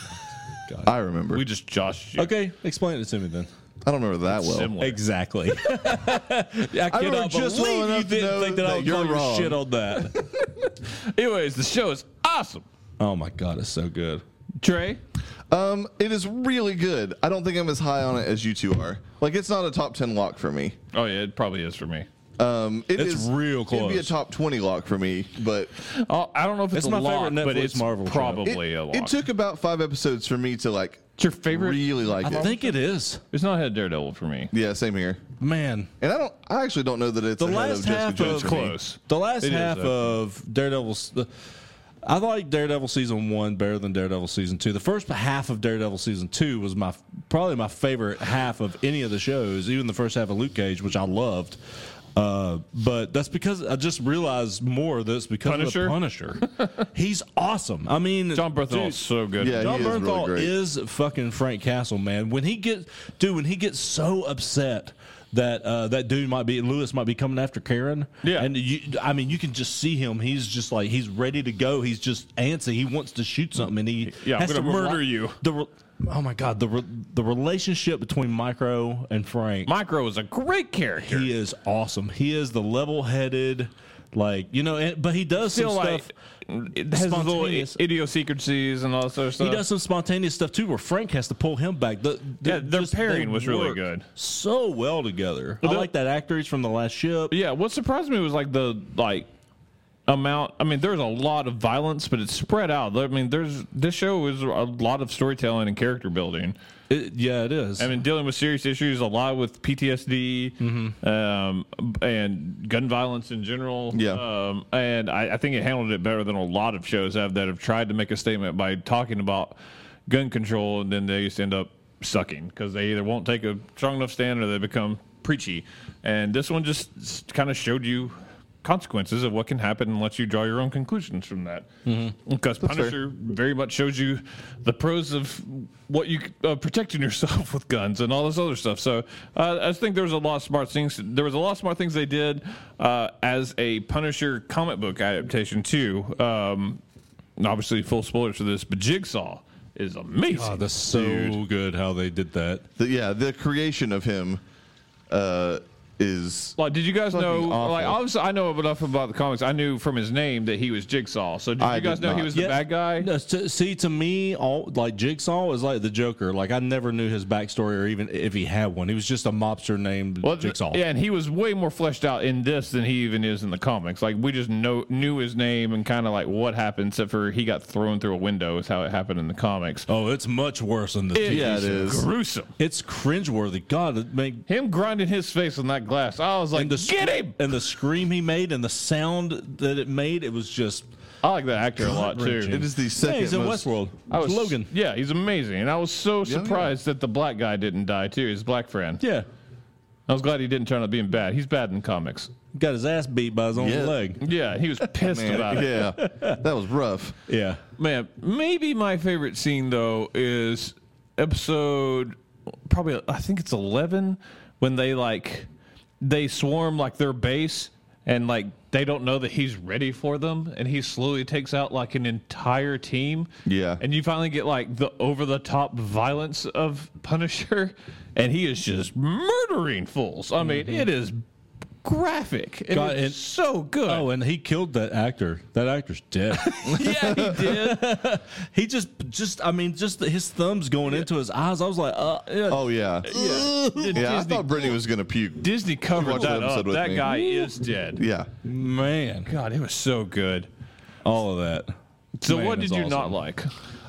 I remember. we just joshed you. *laughs* okay, explain it to me then. I don't remember that well. Similar. Exactly. *laughs* I remember cannot just well believe enough you to didn't know think that, I that would you're call your wrong. shit on that. Anyways, the show is awesome. *laughs* oh my god, it's so good. Trey, Um, it is really good. I don't think I'm as high on it as you two are. Like, it's not a top ten lock for me. oh yeah, it probably is for me. Um, it It's is- real It'd be a close. top twenty lock for me, but Oh, I don't know if it's, It's a my lot, favorite but Netflix it's Marvel show. it, probably a lot. it took about five episodes for me to like it's your favorite. really like I it. think it is. It's not head Daredevil for me. yeah, same here. Man, And I don't. I actually don't know that it's the ahead last of Jessica half Jones of for me. uh, Close. The last It is, half though. of Daredevil's. The, I like Daredevil season one better than Daredevil season two. The first half of Daredevil season two was my probably my favorite half of any of the shows, even the first half of Luke Cage, which I loved. Uh, but that's because I just realized more of this because Punisher? of the Punisher. *laughs* He's awesome. I mean, John Berthold dude, is so good. Yeah, John he is really Bernthal great. is fucking Frank Castle, man. When he gets, dude, when he gets so upset that uh, that dude might be Lewis might be coming after Karen. Yeah. and you, I mean, you can just see him. He's just like he's ready to go. He's just antsy. He wants to shoot something, and he Yeah, I'm has gonna to murder reli- you. The re- oh my god, the re- the relationship between Micro and Frank. Micro is a great character. he is awesome. He is the level headed. Like you know, and, but he does Still some like stuff. it has his little i- spontaneous. idiosyncrasies and all that sort of stuff. He does some spontaneous stuff too, where Frank has to pull him back. The, the- Yeah, their just- pairing they was really work good. So well together. I the- like that actor. He's from the last ship. yeah, what surprised me was like the like amount. I mean, there's a lot of violence, but it's spread out. I mean, there's this show is a lot of storytelling and character building. It- yeah, it is. I mean, dealing with serious issues, a lot with PTSD um, and gun violence in general. Yeah. Um, and I, I think it handled it better than a lot of shows have that have tried to make a statement by talking about gun control, and then they just end up sucking because they either won't take a strong enough stand or they become preachy. And this one just kind of showed you consequences of what can happen and lets you draw your own conclusions from that. Because Punisher very much shows you the pros of what you uh, protecting *laughs* yourself with guns and all this other stuff. So uh, I just think there was a lot of smart things. There was a lot of smart things they did uh, as a Punisher comic book adaptation too. Um, and obviously, full spoilers for this, but Jigsaw is amazing. God, that's so good how they did that. The- yeah, the creation of him uh, is Like, did you guys Fucking know? awful. Like, obviously, I know enough about the comics. I knew from his name that he was Jigsaw. So, did I you guys did know he not. was the bad guy? No, to, see, to me, all like Jigsaw is like the Joker. Like I never knew his backstory or even if he had one. He was just a mobster named Well, th- Jigsaw. Yeah, and he was way more fleshed out in this than he even is in the comics. Like we just know knew his name and kind of like what happened, except for he got thrown through a window is how it happened in the comics. Oh, it's much worse than the. yeah, it is. gruesome. It's cringeworthy. God, it made Him grinding his face on that glass, I was like, and the get sc- him! and the scream he made and the sound that it made. It was just. I like that actor a lot too. Gut-wrenching. It is the Yeah, second he's in most Westworld. I was It's Logan. Yeah, he's amazing, and I was so Yeah, yeah. surprised that the black guy didn't die too. His black friend. Yeah. I was glad he didn't turn out being bad. He's bad in the comics. Got his ass beat by his own Yeah. leg. Yeah, he *laughs* was pissed about it. yeah, that was rough. Yeah. Man, maybe my favorite scene though is episode probably I think it's eleven when they like they swarm like their base and like they don't know that he's ready for them and he slowly takes out like an entire team. Yeah. And you finally get like the over the top violence of Punisher and he is just murdering fools. I mean, Mm-hmm. it is graphic. and God, it's and- so good. Oh, and he killed that actor. That actor's dead. yeah, *laughs* he did. he just, just, I mean, just his thumbs going into his eyes. I was like, uh, yeah. Oh yeah, yeah. yeah. I Disney thought Brittany was gonna puke. Disney covered watched that that up. episode with That me. guy is dead. Yeah, man, God, it was so good. all of that. So, Man, what it's did you not awesome. like?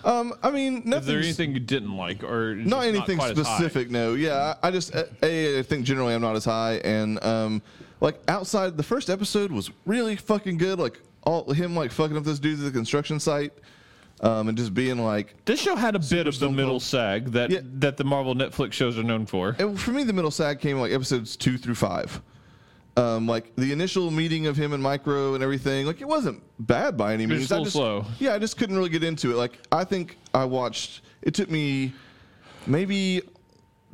um, I mean, Is there nothing. anything you didn't like, or is not it anything quite as high? specific. No, yeah. I I just uh, a I think generally I'm not as high, and um, like outside the first episode was really fucking good. Like all him like fucking up those dudes at the construction site, um, and just being like. This show had a bit of the middle sag that Yeah. that the Marvel Netflix shows are known for. And for me, the middle sag came like episodes two through five. Um, like the initial meeting of him and Micro and everything, like it wasn't bad by any was means. a little I just, slow. Yeah, I just couldn't really get into it. Like I think I watched. It took me maybe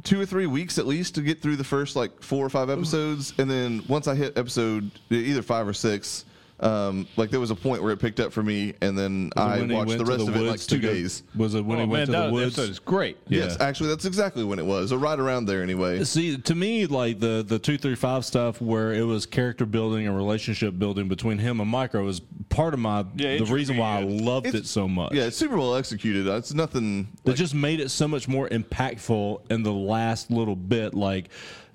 two or three weeks at least to get through the first like four or five episodes, and then once I hit episode either five or six, um, like there was a point where it picked up for me, and then I When he watched went the to rest of it in like woods to two go- days. Was it when oh he man, went to that the woods? episode is great. Yes, actually, that's exactly when it was, or right around there anyway. See, to me, like the the two three five stuff, where it was character building and relationship building between him and Micro, was part of my Yeah, it the drew reason me why I in. loved It's- it so much. Yeah, it's super well executed. It's nothing. It just made it so much more impactful in the last little bit, like.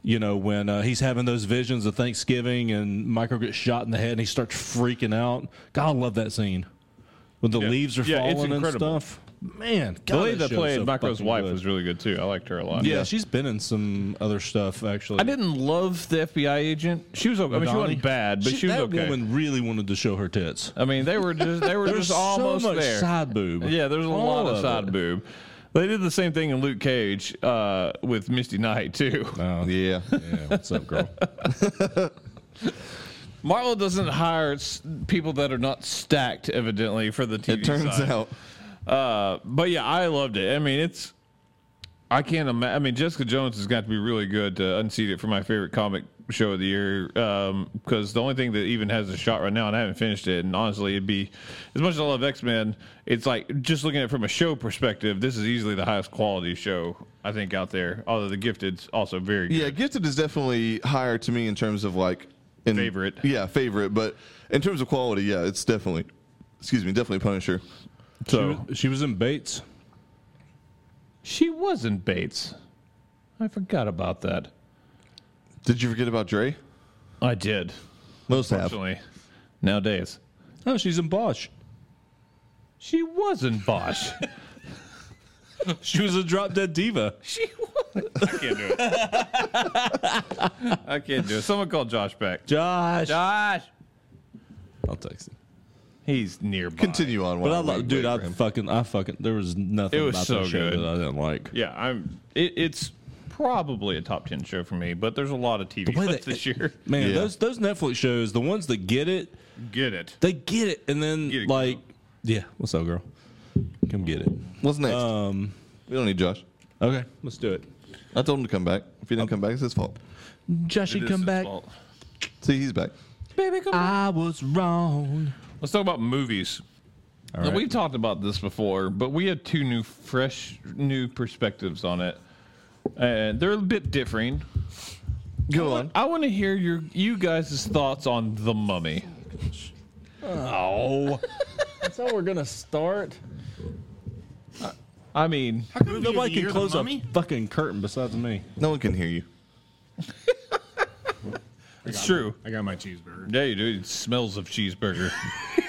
You know when uh, he's having those visions of Thanksgiving and Micro gets shot in the head and he starts freaking out. God, I love that scene when the Yeah. leaves are Yeah, it's falling and incredible. stuff. Man, The God, lady that show's played so Micro's fucking wife good. was really good too. I liked her a lot. yeah, she's been in some other stuff actually. I didn't love the FBI agent. She was okay. I mean, she Donnie. wasn't bad, but she, was that okay. woman really wanted to show her tits. I mean, they were just they were There's just almost so much there. side boob. Yeah, there's a All lot of, it. side boob. They did the same thing in Luke Cage uh, with Misty Knight *laughs* too. Oh, yeah. Yeah, what's up, *laughs* girl? Marlowe doesn't hire s- people that are not stacked, evidently, for the TV. it *laughs* turns side. out. Uh, but yeah, I loved it. I mean, it's. I can't imagine. I mean, Jessica Jones has got to be really good to unseat it for my favorite comic show of the year. Because the only thing that even has a shot right now, and I haven't finished it, and honestly, it'd be as much as I love X Men, it's like just looking at it from a show perspective, this is easily the highest quality show I think out there. Although The Gifted's also very good. Yeah, Gifted is definitely higher to me in terms of like in, Favorite. Yeah, favorite, but in terms of quality, yeah, it's definitely. Excuse me, definitely Punisher. she, so was, she was in Bates. she was in Bates. I forgot about that. Did you forget about Dre? I did. Most have. Unfortunately, nowadays. Oh, she's in Bosch. She was in Bosch. She was a drop dead diva. she was. I can't do it. *laughs* I can't do it. Someone call Josh back. Josh, Josh. I'll text him. He's nearby. Continue on. But while I we love, wait dude. for I him. fucking, I fucking. There was nothing It was about so that show good. that I didn't like. Yeah, I'm. It, it's probably a top ten show for me, but there's a lot of TV way left they- this *laughs* year. Man, Yeah. those those Netflix shows, the ones that get it, Get it? they get it, and then Get it, like, yeah, what's up, girl? Come get it. What's next? Um, we don't need Josh. okay, let's do it. I told him to come back. If he didn't come back, it's his fault. Joshy, It is come his back. fault. See, he's back. Baby, come I was wrong. Let's talk about movies. Now, right. We've talked about this before, but we had two new, fresh, new perspectives on it, and they're a bit differing. Go on. I want to hear your you guys' thoughts on the Mummy. *laughs* Oh, that's how we're gonna start. I mean, Nobody you're can the close a mummy? fucking curtain besides me. No one can hear you. it's true. I got my cheeseburger. Yeah, you do. It smells of cheeseburger.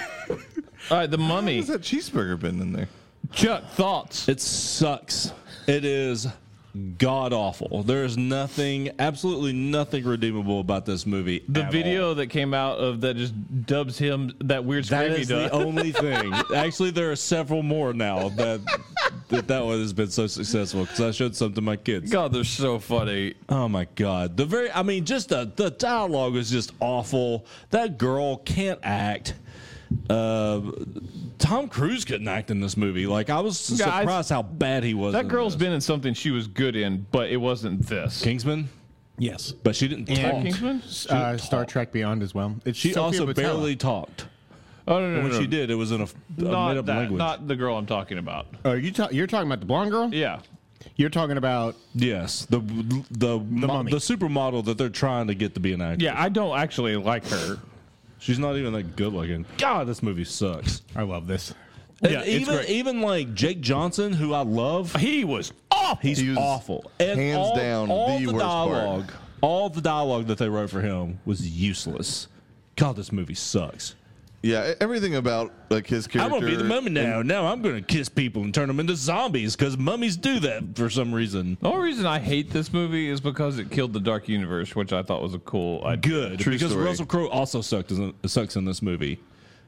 *laughs* All right, the Mummy. What's that cheeseburger been in there? Chuck, thoughts? It sucks. It is god awful. There is nothing, absolutely nothing redeemable about this movie. The at all. video that came out of that just dubs him that weird That scream he is does. *laughs* the only thing. Actually, there are several more now that that, that one has been so successful because I showed some to my kids. God, they're so funny. Oh my god. The very I mean just the the dialogue is just awful. That girl can't act. Uh, Tom Cruise couldn't act in this movie. Like I was Yeah, I- surprised how bad he was. That in girl's this. been in something she was good in, but it wasn't this. Kingsman, Yes. but she didn't And- talk. Kingsman? Uh, Star *laughs* Trek Beyond as well. It's She Sophia also Botella. barely talked. Oh no, no, no, When no. she did, it was in a, made Not up that. language. Uh, Not the girl I'm talking about. Oh, you ta- you're talking about the blonde girl? Yeah. You're talking about yes, the the the, mo- mummy. the supermodel that they're trying to get to be an actor. Yeah, I don't actually like her. she's not even that good looking. God, this movie sucks. I love this. And Yeah, it's even great. even like Jake Johnson, who I love, He was awful. He's He was awful. And hands all, down all the worst part. dialogue, All the dialogue that they wrote for him was useless. God, this movie sucks. Yeah, e- everything about like his I'm character. gonna be the mummy now. now I'm gonna kiss people and turn them into zombies because mummies do that for some reason. The only reason I hate this movie is because it killed the Dark Universe, which I thought was a cool idea. Good, True because story. Russell Crowe also sucked in, sucks in this movie.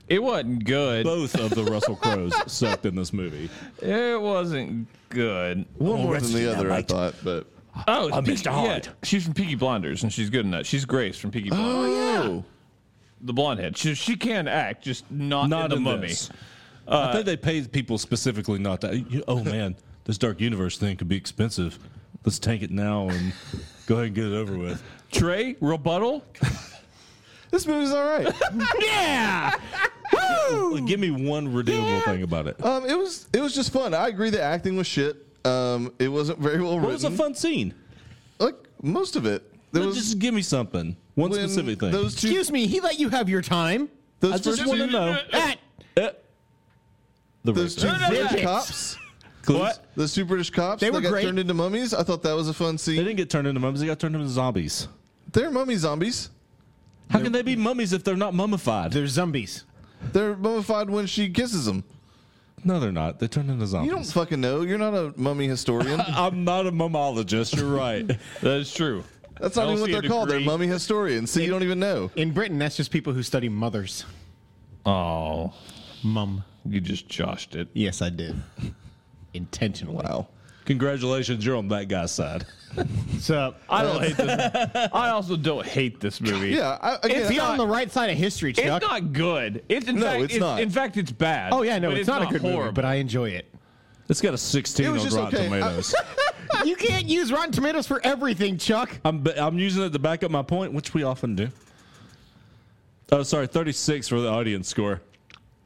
It wasn't good. Both of the Russell *laughs* Crowes sucked in this movie. It wasn't good. One more than Rescue the other, I Dynamite. thought, but Oh, it's I'm Peaky- Mr. Hyde. she's from Peaky Blinders, and she's good in that. She's Grace from Peaky Blinders. Oh, The blonde head. She, she can act, just not, Not in the in mummy. this. I think they paid people specifically not that. You- oh man, this Dark Universe thing could be expensive. Let's tank it now and go ahead and get it over with. Trey, rebuttal? this movie's all *laughs* right. Like, give me one redeemable thing about it. um, it was it was just fun. I agree that acting was shit. Um, it wasn't very well What was a written. fun scene? like most of it. There was just give me something. One when specific thing. Those two. Excuse me, he let you have your time. Those I just first want to two- know. That Uh, The Those two racism. British Bitches. cops. Clues. What? Those two British cops. They that were got great. turned into mummies. I thought that was a fun They scene. didn't get turned into mummies. They got turned into zombies. They're mummy zombies. How can they be mummies if they're not mummified? they're zombies. They're mummified when she kisses them. no, they're not. They turned into You zombies. don't fucking know. You're not a mummy *laughs* historian. I'm not a mummologist. You're right. *laughs* That is *laughs* true. That's I not don't even what see a they're called. They're degree. mummy historians. So you don't even know. In Britain, that's just people who study mothers. Oh, Mum. you just joshed it. Yes, I *laughs* did. Intentionally. Wow. Congratulations, you're on that guy's side. So I don't hate this. I also don't hate this movie. Yeah. I, again, be I- on the right side of history, It's Chuck. not good. It's in No, fact, it's not. In fact, it's bad. *laughs* oh yeah, no, but it's, not, a good horrible. movie, but I enjoy it. *laughs* It's got a 16 It was on just Rotten okay. Tomatoes. *laughs* you can't use Rotten Tomatoes for everything, Chuck. I'm, be- I'm using it to back up my point, which we often do. Oh, sorry, 36 for the audience score.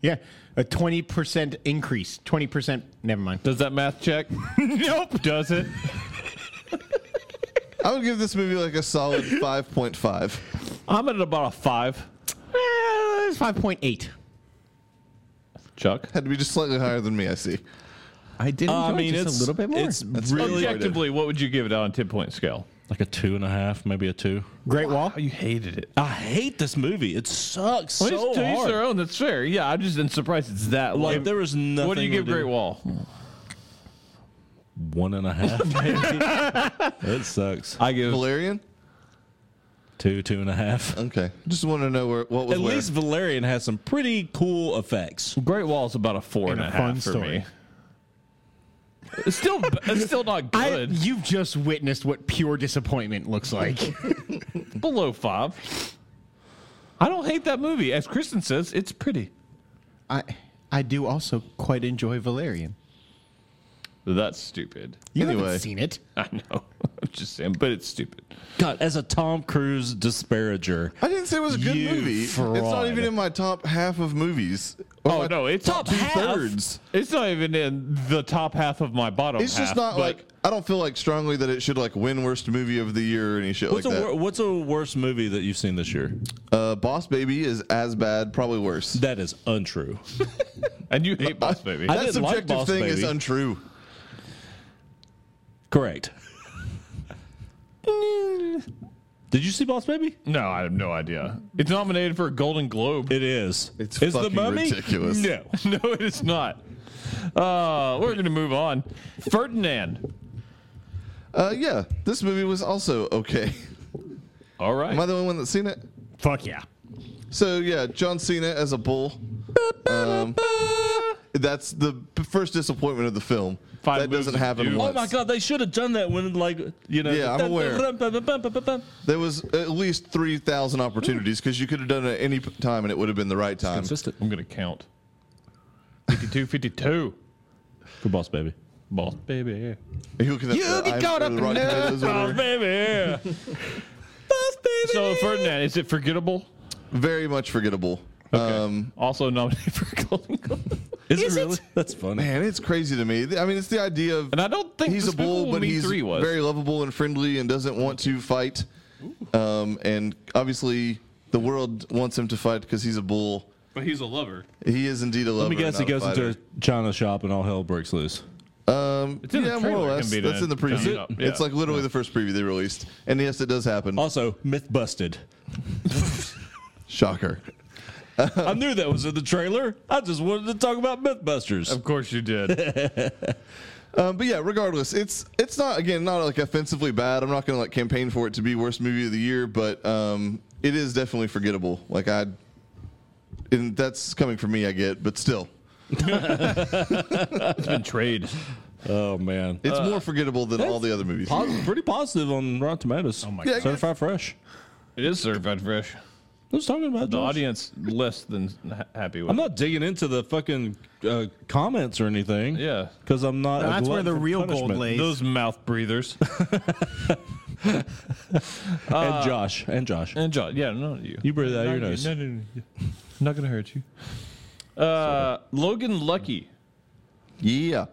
Yeah, a twenty percent increase. Twenty percent. Never mind. Does that math *laughs* check? nope. Does it? I would give this movie like a *laughs* solid 5.5. I'm at about a five. Eh, it's five point eight. Chuck. Had to be just slightly higher than me, I see. I did. I mean, it's It's really Objectively, what would you give it on a ten point scale? like a two and a half, maybe a two. Great Wall. Oh, you hated it. I hate this movie. It sucks Well, so it's to each hard. their own. That's fair. Yeah, I'm just am surprised it's that low. Like there was nothing. What do you give Great redeemable. Wall? One and *laughs* a half. That sucks. I give. Valerian? Two, two and a half. Okay. Just want to know where what was At where. least Valerian has some pretty cool effects. Great Wall's about a four and And a a half fun for story. me. It's still, it's still not I, good. you've just witnessed what pure disappointment looks like. below five. I don't hate that movie. As Kristen says, it's pretty. *laughs* I, I do also quite enjoy Valerian. That's stupid. You uh, Anyway. haven't seen it. *laughs* I know. I'm just saying, but it's stupid. God, as a Tom Cruise disparager, I didn't say it was a good You movie. It's not fraud. even in my top half of movies. Or Oh my no, it's Top two half. thirds. It's not even in the top half of my bottom. It's just half, not but like I don't feel like strongly that it should like win worst movie of the year or any shit what's like a that. wor- what's a worse movie that you've seen this year? uh, Boss Baby is as bad, probably worse. That is untrue. *laughs* And you hate Boss Baby. I- that didn't like subjective Boss thing is Baby. untrue. *laughs* Correct. Did you see Boss Baby? no, I have no idea. It's nominated for a Golden Globe. It is. It's is the fucking mummy ridiculous. No. *laughs* no, it is not. Uh, we're gonna move on. Ferdinand. Uh, yeah, this movie was also okay. *laughs* All Am I right. the only one that's seen it? Fuck yeah. So yeah, John Cena as a bull. Um, that's the p- first disappointment of the film. Five that moves doesn't to happen do. once. Oh my god, they should have done that when like you know. Yeah, I'm aware. There was at least three thousand opportunities because you could have done it at any p- time and it would have been the right time. Consistent. I'm gonna count. 52, 52. Good Boss Baby. Boss Baby. Are you looking at You the get I'm- caught up the in Rotten *laughs* love. Tomatoes order? *laughs* baby. So Ferdinand, is it forgettable? Very much forgettable. Um, also nominated for a Golden Globe. Is, it really? That's funny. man, it's crazy to me. I mean, it's the idea of And I don't think he's a bull, but he's three was. very lovable and friendly and doesn't want to fight. Um, and obviously, the world wants him to fight because he's a bull. but he's a lover. He is indeed a lover. Let me guess. He and not goes a into a China shop and all hell breaks loose. fighter. Um, in the yeah, more trailer, or it less. can be That's done- in the preview. done up, yeah. It's like literally the first preview they released. And yes, it does happen. Also, myth busted. Shocker. I knew that was in the trailer. I just wanted to talk about MythBusters. Of course you did. Um, but yeah, regardless, it's it's not again not like offensively bad. I'm not gonna like campaign for it to be worst movie of the year, but um, it is definitely forgettable. Like I, and that's coming from me, I get, but still, it's been trade. Oh man, It's more forgettable than all the other movies. Positive, pretty positive on Rotten Tomatoes. Oh my God. certified fresh. It is certified fresh. Who's talking about The Josh? audience less than ha- happy with. I'm it. not digging into the fucking uh, comments or anything. Yeah. because I'm not. a that's glutton where the for real punishment. gold lays. Those mouth breathers. and Josh Ah. and Josh. and John, yeah, no, you. You breathe out No, your you- nose. No, no, no, no. Not gonna hurt you. Uh, Logan Lucky. Yeah.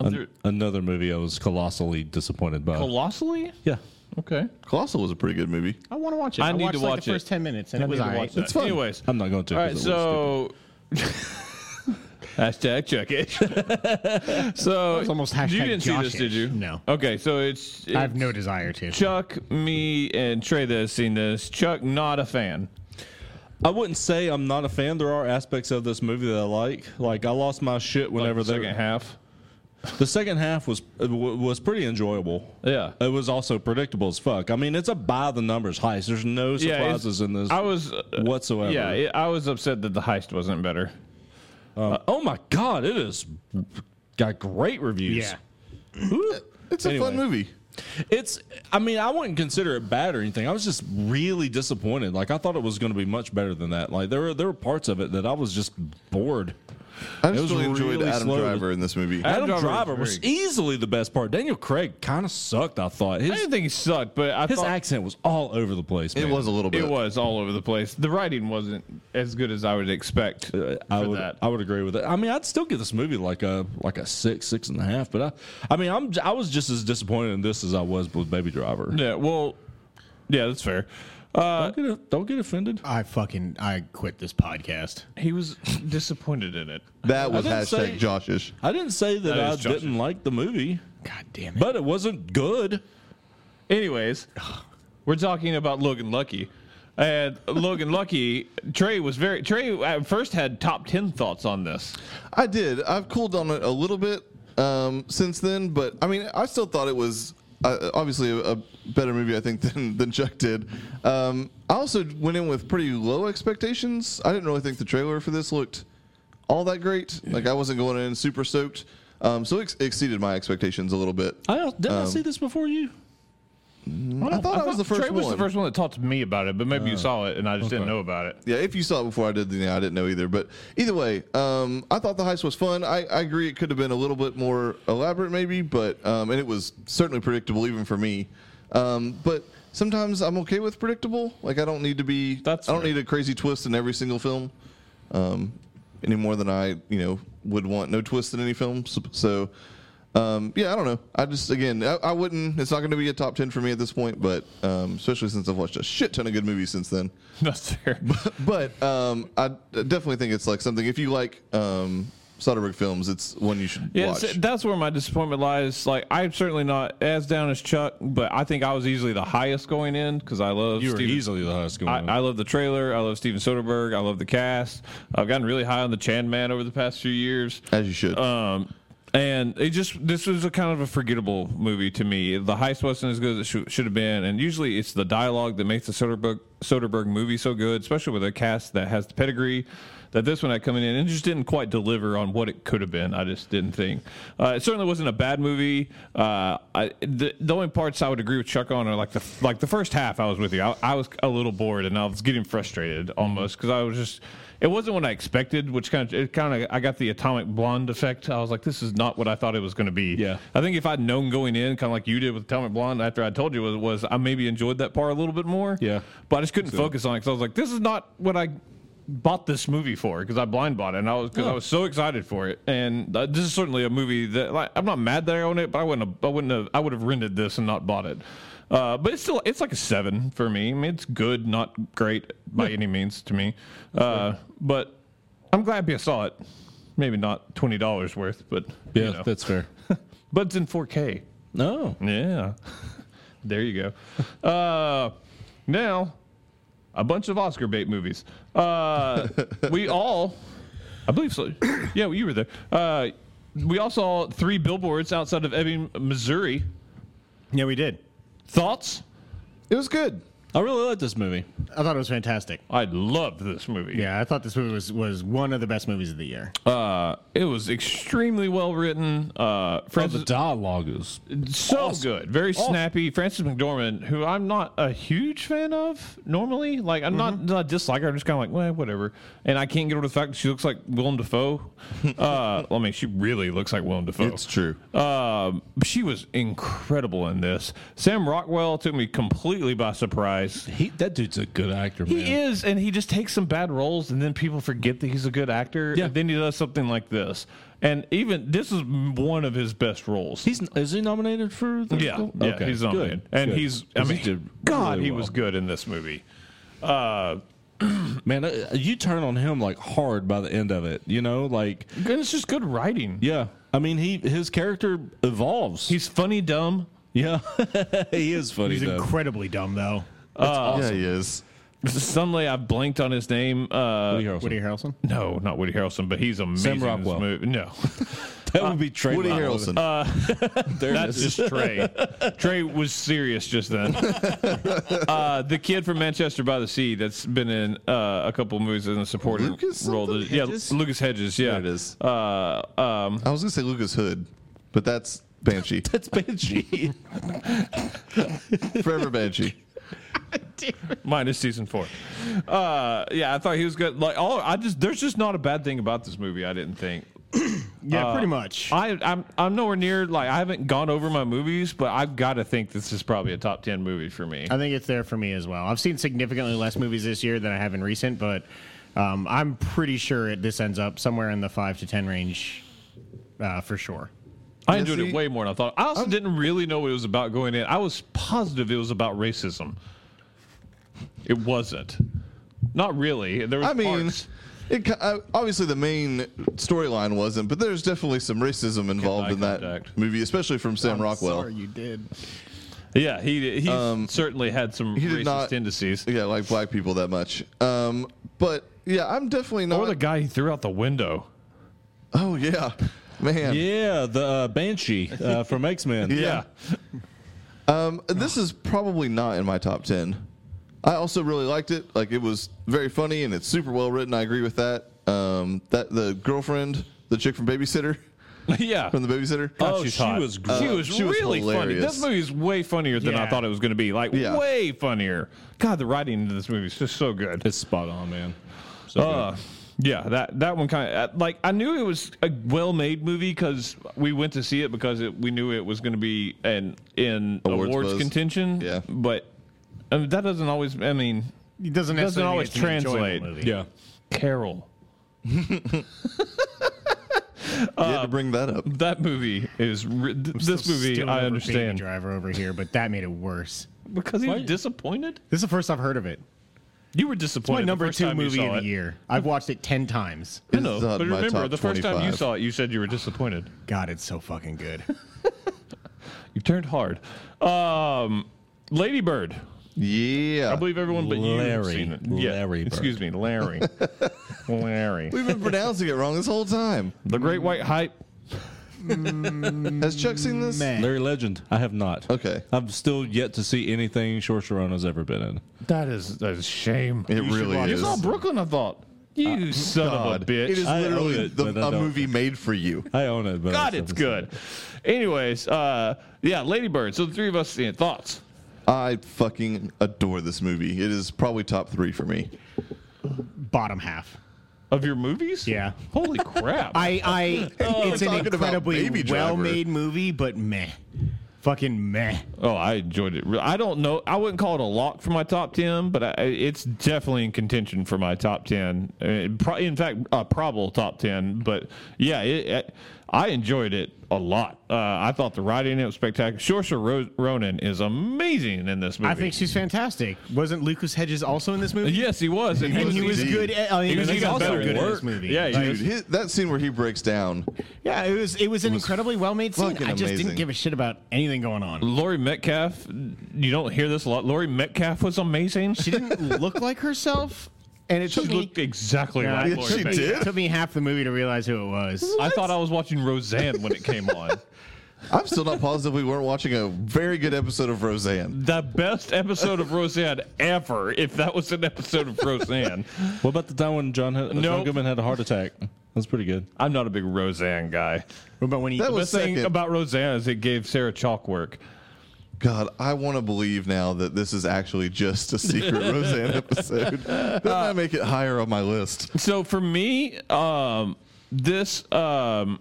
Other- Another movie I was colossally disappointed by. Colossally. yeah, Okay. Colossal was a pretty good movie. Oh, I want to watch it. I need watched to like watch the it. first ten minutes, and I it was need to all right. watch that. fun. Anyways, I'm not going to. all right. 'cause it was So. *laughs* Hashtag check it. so was almost you hashtag didn't see this, Josh-ish. did you? No. Okay, so it's, I have it's no desire to. Chuck, me, and Trey that has seen this. Chuck, not a fan. I wouldn't say I'm not a fan. There are aspects of this movie that I like. Like I lost my shit whenever Like the they- second half. the second half was uh, w- was pretty enjoyable. Yeah. It was also predictable as fuck. I mean, it's a by the numbers heist. There's no Yeah, it's- surprises in this I was uh, whatsoever. Yeah, it, uh, I was upset that the heist wasn't better. Um, oh my god, it is got great reviews. Yeah. *clears throat* It's a fun Anyway. movie. It's I mean, I wouldn't consider it bad or anything. I was just really disappointed. Like I thought it was going to be much better than that. Like there were there were parts of it that I was just bored. I It just was really enjoyed really Adam slow. Driver in this movie. I- Adam, Driver was Driver was, very easily the best part. Daniel Craig kind of sucked, I thought. I His didn't think he sucked, but I his thought accent was all over the place. It man. was a little bit. it was all over the place. The writing wasn't as good as I would expect Uh, I for would, that. I would agree with it. I mean, I'd still give this movie like a like a six, six and a half. But I, I mean, I'm I was just as disappointed in this as I was with Baby Driver. yeah, well, yeah, that's fair. Uh, Don't get don't get offended. *laughs* I fucking I quit this podcast. he was *laughs* disappointed in it. That was didn't hashtag say- Joshish. I didn't say that, That I is Josh's. didn't like the movie, God damn it! but it wasn't good. *sighs* Anyways, we're talking about Logan Lucky. And Logan Lucky, Trey was very Trey at first had top ten thoughts on this. I did. I've cooled on it a little bit um, since then, but I mean, I still thought it was uh, obviously a, a better movie, I think, *laughs* than, than Chuck did. Um, I also went in with pretty low expectations. I didn't really think the trailer for this looked all that great. Like, I wasn't going in super stoked. Um, so it ex- exceeded my expectations a little bit. I don't- didn't I see this before you? I thought I, was the first Trey one. Uh, was the first one that talked to me about it, but maybe you saw it and I just didn't know about it. *laughs* Yeah, if you saw it before I did, then yeah, I didn't know either. But either way, um, I thought the heist was fun. I, I agree it could have been a little bit more elaborate, maybe, but um, and it was certainly predictable even for me. Um, but sometimes I'm okay with predictable. Like I don't need to be. That's I don't fair. need a crazy twist in every single film, um, any more than I you know would want no twist in any film. So. so, um, yeah, I don't know. I just again, I, I wouldn't. It's not going to be a top ten for me at this point, but um, especially since I've watched a shit ton of good movies since then That's fair. but um, I definitely think it's like something. If you like um, Soderbergh films, it's one you should Yeah, watch. so that's where my disappointment lies. Like, I'm certainly not as down as Chuck, but I think I was easily the highest going in because I love You were Steven- easily the highest scorer. I, I love the trailer. I love Steven Soderbergh. I love the cast. I've gotten really high on the Chan Man over the past few years. as you should. Um, and it just this was a kind of a forgettable movie to me. The heist wasn't as good as it should, should have been, and usually it's the dialogue that makes the Soderbergh Soderbergh movie so good, especially with a cast that has the pedigree that this one had coming in and just didn't quite deliver on what it could have been. I just didn't think. Uh, it certainly wasn't a bad movie. Uh, I, the, the only parts I would agree with Chuck on are like the like the first half. I was with you. I, I was a little bored and I was getting frustrated almost because I was just it wasn't what I expected, which kind of it kind of I got the atomic blonde effect. I was like, this is not what I thought it was going to be. Yeah. I think if I'd known going in, kind of like you did with atomic blonde, after I told you was, was I maybe enjoyed that part a little bit more. Yeah. but I just couldn't focus on it because I was like, this is not what I bought this movie for because I blind bought it and I was Oh. because I was so excited for it and uh, this is certainly a movie that like I'm not mad that I own it but I wouldn't have, I wouldn't have I would have rented this and not bought it uh, but it's still it's like a seven for me I mean it's good not great by any means to me uh, but I'm glad I saw it maybe not twenty dollars worth but yeah, you know. that's fair. but it's in 4K No, yeah. *laughs* there you go. Uh, now, a bunch of Oscar bait movies. Uh, we all, I believe so. *coughs* Yeah, well, you were there. Uh, we all saw three billboards outside of Ebbing, Missouri. yeah, we did. Thoughts? it was good. I really like this movie. I thought it was fantastic. I loved this movie. Yeah, I thought this movie was was one of the best movies of the year. Uh, it was extremely well written. Uh, Oh, the Francis, dialogue is so awesome. good, very snappy. Francis McDormand, who I'm not a huge fan of normally, like I'm not, not dislike her. I'm just kind of like, well, whatever. And I can't get over the fact that she looks like Willem Dafoe. uh, I mean, she really looks like Willem Dafoe. It's true. Um, she was incredible in this. Sam Rockwell took me completely by surprise. He, that dude's a good actor, man. He is, and he just takes some bad roles, and then people forget that he's a good actor. Yeah. And then he does something like this, and even this is m- one of his best roles. He's is he nominated for? The yeah, Gold- yeah, Okay, he's good, nominated, and good. he's. I 'Cause mean, he did *laughs* God, really he was well. good in this movie. Uh, man. uh, You turn on him like hard by the end of it. You know, like and it's just good writing. yeah. I mean, he his character evolves. He's funny, dumb. yeah, *laughs* he is funny He's though. incredibly dumb though. yeah, he is. Suddenly, I blanked on his name. Uh, Woody Harrelson. Woody Harrelson. no, not Woody Harrelson, but he's amazing. in this Rockwell. movie. No. that would be Trey Woody Lytle. Harrelson. *laughs* Uh, There it That's is. just *laughs* Trey. Trey was serious just then. uh, the kid from Manchester by the Sea that's been in uh, a couple movies in a supporting Lucas role. something? yeah, Hedges? Lucas Hedges. Yeah, There it is. Uh, um, I was gonna say Lucas Hood, but that's *laughs* Banshee. That's Benji. Forever Banshee. minus season four. Uh, yeah, I thought he was good. Like, all I just there's just not a bad thing about this movie. I didn't think. Yeah, pretty much. I, I'm I'm nowhere near like I haven't gone over my movies, but I've got to think this is probably a top ten movie for me. I think it's there for me as well. I've seen significantly less movies this year than I have in recent, but um, I'm pretty sure it, this ends up somewhere in the five to ten range uh, for sure. I Yeah, enjoyed see- it way more than I thought. I also didn't really know what it was about going in. I was positive it was about racism. It wasn't. Not really. There was I mean, parts. it, ki- I- obviously the main storyline wasn't, but there's definitely some racism involved eye in that contact. movie, especially from Sam Rockwell. you did. yeah, he he certainly had some um, he did racist not- tendencies. Yeah, like black people that much. Um, but yeah, I'm definitely not. Or the guy he threw out the window. *laughs* oh yeah, man. *laughs* yeah, the uh, Banshee uh, from X Men. Yeah. Um, this is probably not in my top ten. I also really liked it. Like it was very funny and it's super well written. I agree with that. Um, that the girlfriend, the chick from Babysitter, *laughs* Yeah. from the Babysitter. God, Oh, she's she hot. was great. She was Uh, She was really funny. hilarious. This movie is way funnier than I Yeah. thought it was going to be. Like Yeah. way funnier. God, the writing in this movie is just so good. It's spot on, man. So Uh, yeah, that that one kind of like I knew it was a well-made movie because we went to see it because it, we knew it was going to be an in Awards awards, buzz. contention. Yeah. but I mean, that doesn't always. I mean, It Doesn't doesn't necessarily always mean it's an translate. enjoyable movie. good. yeah, Carol. you had to bring that up. That movie is re- th- this Still movie. over I Baby understand Driver over here, but that made it worse. because he was Why- disappointed. This is the first I've heard of it. You were It's my disappointed. the number first two time you movie saw of the it. year. I've watched it ten times. I know, It's not but in my remember top the first time you 25. saw it, you said you were disappointed. God, it's so fucking *laughs* good. You turned hard. Um, Lady Bird. Yeah, I believe everyone but you have Larry. seen it. Yeah. Larry Bird. Excuse me, *laughs* Larry. Larry. we've been pronouncing it wrong this whole time. The Great White Hype. Has Chuck seen this? Man, Larry Legend. I have not. Okay. I'm still yet to see anything Short Sharona's ever been in. That is that is a shame. It really You is. Uh, saw Brooklyn, I thought. You son God. of a bitch. It is I own literally it, the, but I a don't. movie made for you. I own it, but I God, still it's haven't seen good. Anyways, uh, yeah, Lady Bird. So the three of us seen it. Thoughts? I fucking adore this movie. It is probably top three for me. bottom half. Of your movies? Yeah. Holy crap. *laughs* I, *laughs* I, Oh, it's an talking about incredibly Baby Driver. well-made movie, but meh, fucking meh. oh, I enjoyed it. Re- I don't know. I wouldn't call it a lock for my top 10, but I, it's definitely in contention for my top 10. Uh, pro- In fact, a probable top 10. But yeah, it, I I enjoyed it a lot. Uh, I thought the writing in it was spectacular. Saoirse Ro- Ronan is amazing in this movie. I think she's fantastic. Wasn't Lucas Hedges also in this movie? Yes, he was. And and was he was indeed. good. At, I mean, He he was was even also better in good in work. this movie. Yeah, he Like, Dude, his, that scene where he breaks down. yeah. It was it was an incredibly well-made scene. I fucking just amazing. didn't give a shit about anything going on. Lori Metcalf, you don't hear this a lot. Lori Metcalf was amazing. She didn't look like herself, and it She took me. looked exactly Yeah, like it Lori she Metcalf. did? It took me half the movie to realize who it was. I thought I was watching Roseanne when it came on. I'm still not positive we weren't watching a very good episode of Roseanne. *laughs* The best episode of Roseanne ever, if that was an episode of Roseanne. What about the time when John, had, John Nope. Goodman had a heart attack? That's pretty good. I'm not a big Roseanne guy. What about when he? That The was best thing second. about Roseanne is it gave Sarah chalk work. God, I want to believe now that this is actually just *laughs* a secret Roseanne episode. Doesn't that make it higher on my list? So for me, um, this um,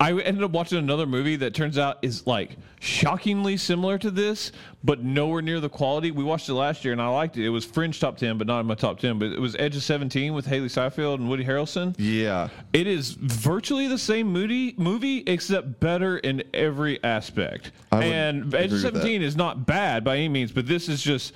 I ended up watching another movie that turns out is like shockingly similar to this, but nowhere near the quality. We watched it last year and I liked it. It was Fringe top ten, but not in my top ten. But it was Edge of Seventeen with Haley Seinfeld and Woody Harrelson. Yeah. It is virtually the same moody movie, except better in every aspect. I would And Edge agree of with that. 17 is not bad by any means, but this is just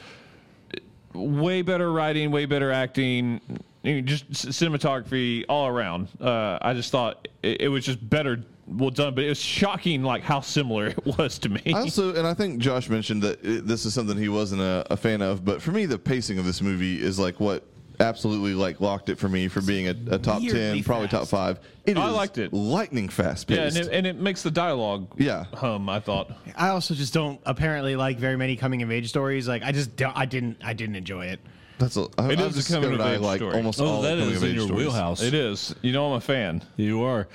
way better writing, way better acting, you know, just c- cinematography all around. Uh, I just thought it, it was just better, well done, but it was shocking like how similar it was to me. I also, and I think Josh mentioned that it, this is something he wasn't a, a fan of, but for me, the pacing of this movie is like what absolutely like locked it for me for being a, a top Weirdly ten, probably top fast. five. It I is liked it. lightning *laughs* fast yeah, paced. and it, and it makes the dialogue Yeah. hum, I thought. I also just don't apparently like very many coming of age stories. Like I just don't, I didn't I didn't enjoy it. That's a, I, It I've is a discovered coming of I age like story. almost Oh, all that coming is of in age your stories. wheelhouse. It is. You know, I'm a fan. You are.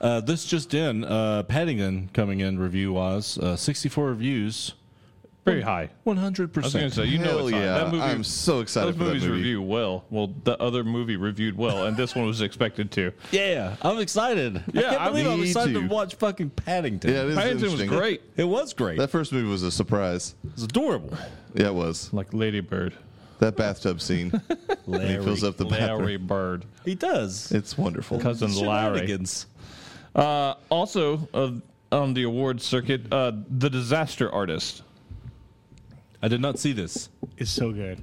Uh, this just in, uh, Paddington coming in review wise, uh, 64 reviews, Very high. 100%. I was going to say, you know, Hell it's hot. yeah. that movie. I'm so excited Those for that movies movie. review well. Well, the other movie reviewed well, and this one was expected *laughs* to. Yeah, I'm excited. Yeah, I can't believe I- I'm me excited too. to watch fucking Paddington. Yeah, it is Paddington was interesting. great, It was great. That first movie was a surprise. it was adorable. Yeah, it was. like Lady Bird, That *laughs* bathtub scene. when he fills up the Larry bathroom. Bird, He does. It's wonderful. cousin Larry. Shenanigans. Uh, also uh, on the awards circuit, uh, the Disaster Artist. I did not see this. It's so good.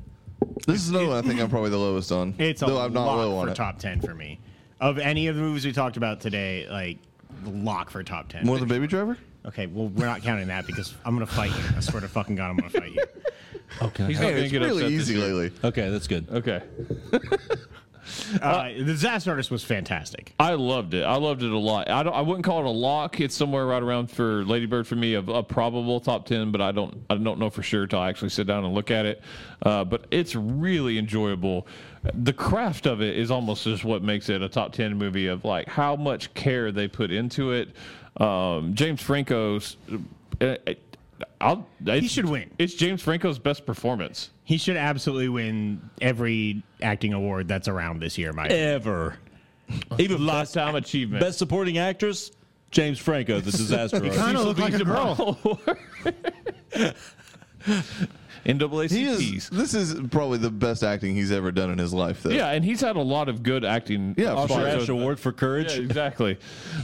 This is another one I think I'm probably the lowest *laughs* on. It's a though I'm not lock low on for it. top ten for me. Of any of the movies we talked about today, like lock for top ten. More than Baby Driver? okay, well we're not counting that because I'm gonna fight you. I swear to fucking god, I'm gonna fight you. Okay. He's not going to It's get really upset this easy year. lately. Okay, that's good. Okay, Uh, the disaster artist was fantastic. I loved it. I loved it a lot. I don't. I wouldn't call it a lock. It's somewhere right around for Lady Bird for me of a probable top ten, but I don't. I don't know for sure till I actually sit down and look at it. Uh, but it's really enjoyable. The craft of it is almost just what makes it a top ten movie of like how much care they put into it. Um, James Franco's. uh, I'll, it's- should win. It's James Franco's best performance. He should absolutely win every acting award that's around this year, Mike. Ever. Even last Lifetime achievement. Best supporting actress, James Franco, the disaster artist. Kinda looked like a girl. NAACPs. He is. This is probably the best acting he's ever done in his life. Though. Yeah, and he's had a lot of good acting. Yeah, spots. for Oscar Ash So- Award for Yeah, Courage. exactly.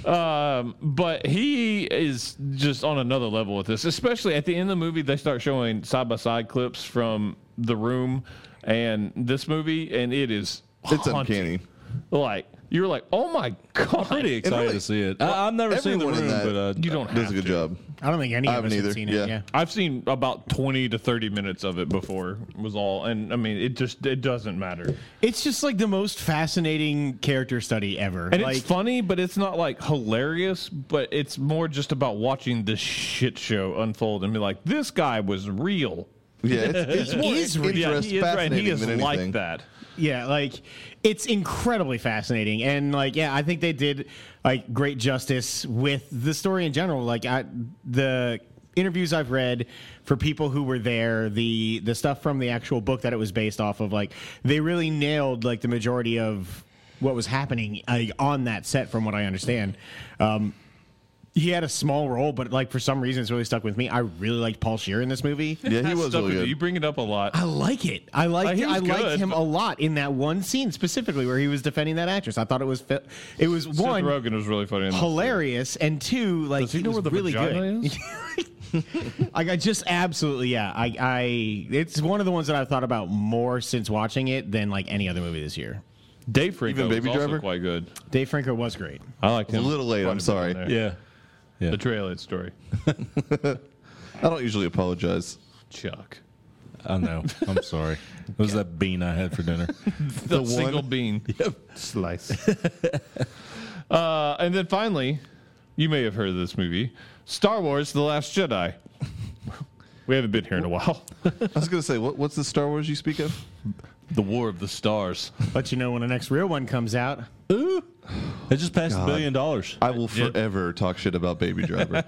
Um, but he is just on another level with this, especially at the end of the movie. They start showing side by side clips from The Room and this movie, and it is It's haunting. uncanny. Like you're like, oh my god! Pretty excited really- to see it. I, I've never seen the everyone room, in that- but uh, You don't does have a good to. job. I don't think any I of us haven't either, have seen it. yeah. Yeah. I've seen about twenty to thirty minutes of it before. Was all, and I mean, it just it doesn't matter. it's just like the most fascinating character study ever. And like, it's funny, but it's not like hilarious, but it's more just about watching this shit show unfold and be like, this guy was real. Yeah, *laughs* it's, it's more is interest really- Yeah, he is, right. fascinating he is than anything. like that. Yeah, like it's incredibly fascinating, and like yeah, I think they did like great justice with the story in general. Like I, the interviews I've read for people who were there, the the stuff from the actual book that it was based off of, like they really nailed like the majority of what was happening like, on that set, from what I understand. Um, he had a small role, but like for some reason, it's really stuck with me. I really liked Paul Shear in this movie. Yeah, he That was stuff really with- good. You bring it up a lot. I like it. I liked. he was I liked good, him but- a lot in that one scene specifically where he was defending that actress. I thought it was. Fi- it was Seth one Rogen was really funny. in this. hilarious and two like Does he it know was where the really vagina good. is? Like I just absolutely yeah. I I it's one of the ones that I've thought about more since watching it than like any other movie this year. Dave Franco Even Baby was also Driver? quite good. Dave Franco was great. I liked a him. little late, quite I'm bit sorry. in there. yeah. The trailer story. I don't usually apologize. Chuck. I know. I'm sorry. It was that bean I had for dinner. The, single bean. *laughs* Yep. *laughs* Slice. uh, and then finally, you may have heard of this movie. Star Wars: The Last Jedi. *laughs* We haven't been here in a while. *laughs* I was gonna say, what, what's the Star Wars you speak of? the War of the Stars. Let you know when the next real one comes out. It just passed a billion dollars. I will forever talk shit about *laughs* Baby Driver.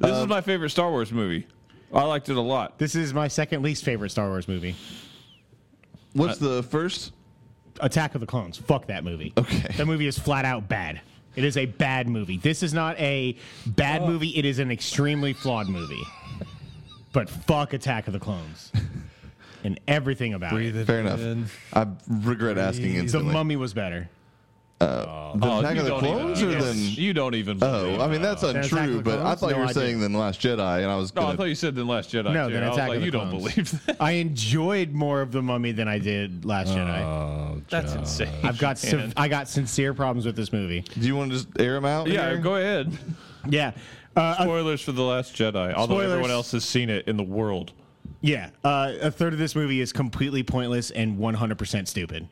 This is my favorite Star Wars movie. I liked it a lot. This is my second least favorite Star Wars movie. What's the first? Attack of the Clones. Fuck that movie. Okay. That movie is flat out bad. It is a bad movie. This is not a bad movie. It is an extremely flawed movie. But fuck Attack of the Clones and everything about it. Fair enough. I regret asking The instantly. Mummy was better. The Attack Oh, Uh, you of the don't even- Clones, you or don't- then you don't even. oh, believe I mean it. that's Attack of untrue. the But I Clones? thought No, you were I saying then Last Jedi, and I was No, gonna. I thought you said the Last Jedi. No, too. then I was Attack like, of the you don't Clones. believe *laughs* that. I enjoyed more of the Mummy than I did Last Oh, Jedi. That's Uh, insane. I've got sin- I got sincere problems with this movie. Do you want to just air them out? yeah, here? go ahead. Yeah. Uh, a Spoilers for the Last Jedi. Although Spoilers. everyone else has seen it in the world. Yeah, uh, a third of this movie is completely pointless and 100% stupid.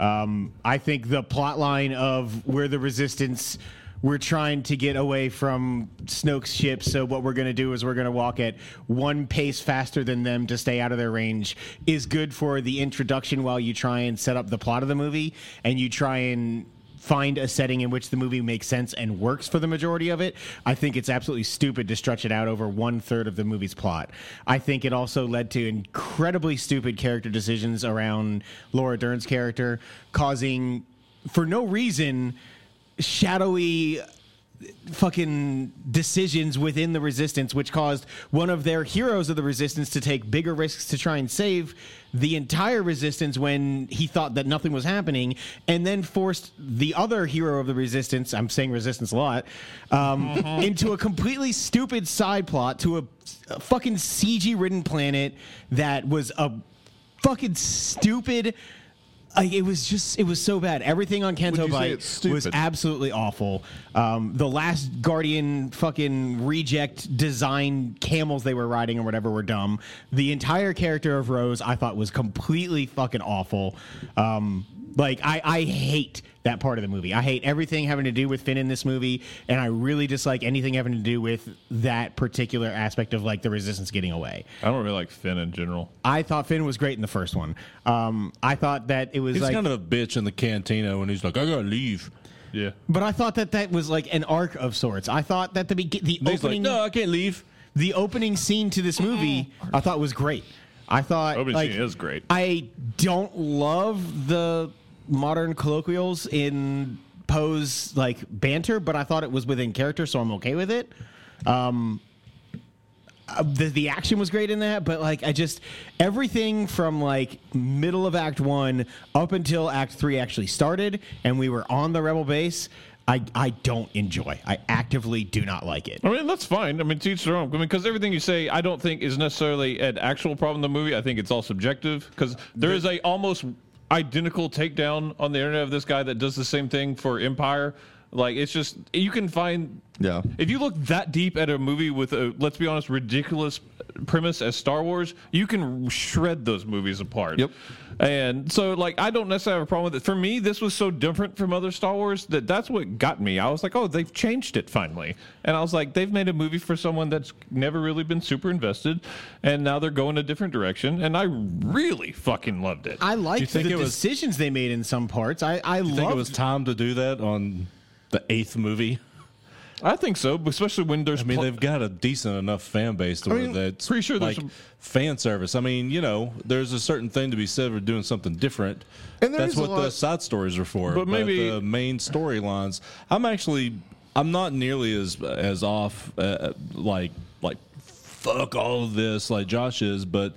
Um, I think the plot line of we're the resistance, we're trying to get away from Snoke's ship, so what we're going to do is we're going to walk at one pace faster than them to stay out of their range is good for the introduction while you try and set up the plot of the movie and you try and find a setting in which the movie makes sense and works for the majority of it. I think it's absolutely stupid to stretch it out over one third of the movie's plot. I think it also led to incredibly stupid character decisions around Laura Dern's character, causing, for no reason, shadowy fucking decisions within the resistance which caused one of their heroes of the resistance to take bigger risks to try and save the entire resistance when he thought that nothing was happening and then forced the other hero of the resistance i'm saying resistance a lot um, Mm-hmm. into a completely stupid side plot to a, a fucking cg ridden planet that was a fucking stupid like it was just it was so bad. Everything on Would Kanto you say Bite it's was stupid? absolutely awful. Um, the last Guardian fucking reject design camels they were riding or whatever were dumb. The entire character of Rose I thought was completely fucking awful. Um, like I, I hate that part of the movie. I hate everything having to do with Finn in this movie, and I really dislike anything having to do with that particular aspect of like the Resistance getting away. I don't really like Finn in general. I thought Finn was great in the first one. Um, I thought that it was He's like kind of a bitch in the cantina when he's like, I gotta leave. Yeah. But I thought that that was like an arc of sorts. I thought that the be- the And he's like, opening No, I can't leave. the opening scene to this movie I thought was great. I thought Opening like, scene is great. I don't love the modern colloquials in Poe's like banter, but I thought it was within character, so I'm okay with it. Um, Uh, the, the action was great in that, but like I just everything from like middle of Act One up until Act Three actually started, and we were on the Rebel base. I I don't enjoy. I actively do not like it. I mean, that's fine. I mean, teach their own. I mean, because everything you say, I don't think is necessarily an actual problem in the movie. I think it's all subjective because there is a almost identical takedown on the internet of this guy that does the same thing for Empire. Like, it's just you can find. Yeah. If you look that deep at a movie with a, let's be honest, ridiculous premise as Star Wars, you can shred those movies apart. Yep. And so, like, I don't necessarily have a problem with it. For me, this was so different from other Star Wars that that's what got me. I was like, oh, they've changed it finally. And I was like, they've made a movie for someone that's never really been super invested, and now they're going a different direction. And I really fucking loved it. I liked the think it was- decisions they made in some parts. I I You think it was loved. time to do that on the eighth movie? I think so, especially when there's. I mean, they've got a decent enough fan base to where mean, that's pretty sure there's like some- fan service. I mean, you know, there's a certain thing to be said for doing something different. And there that's is a what the lot- side stories are for. But maybe- the main storylines. I'm actually, I'm not nearly as as off uh, like like fuck all of this like Josh is, but.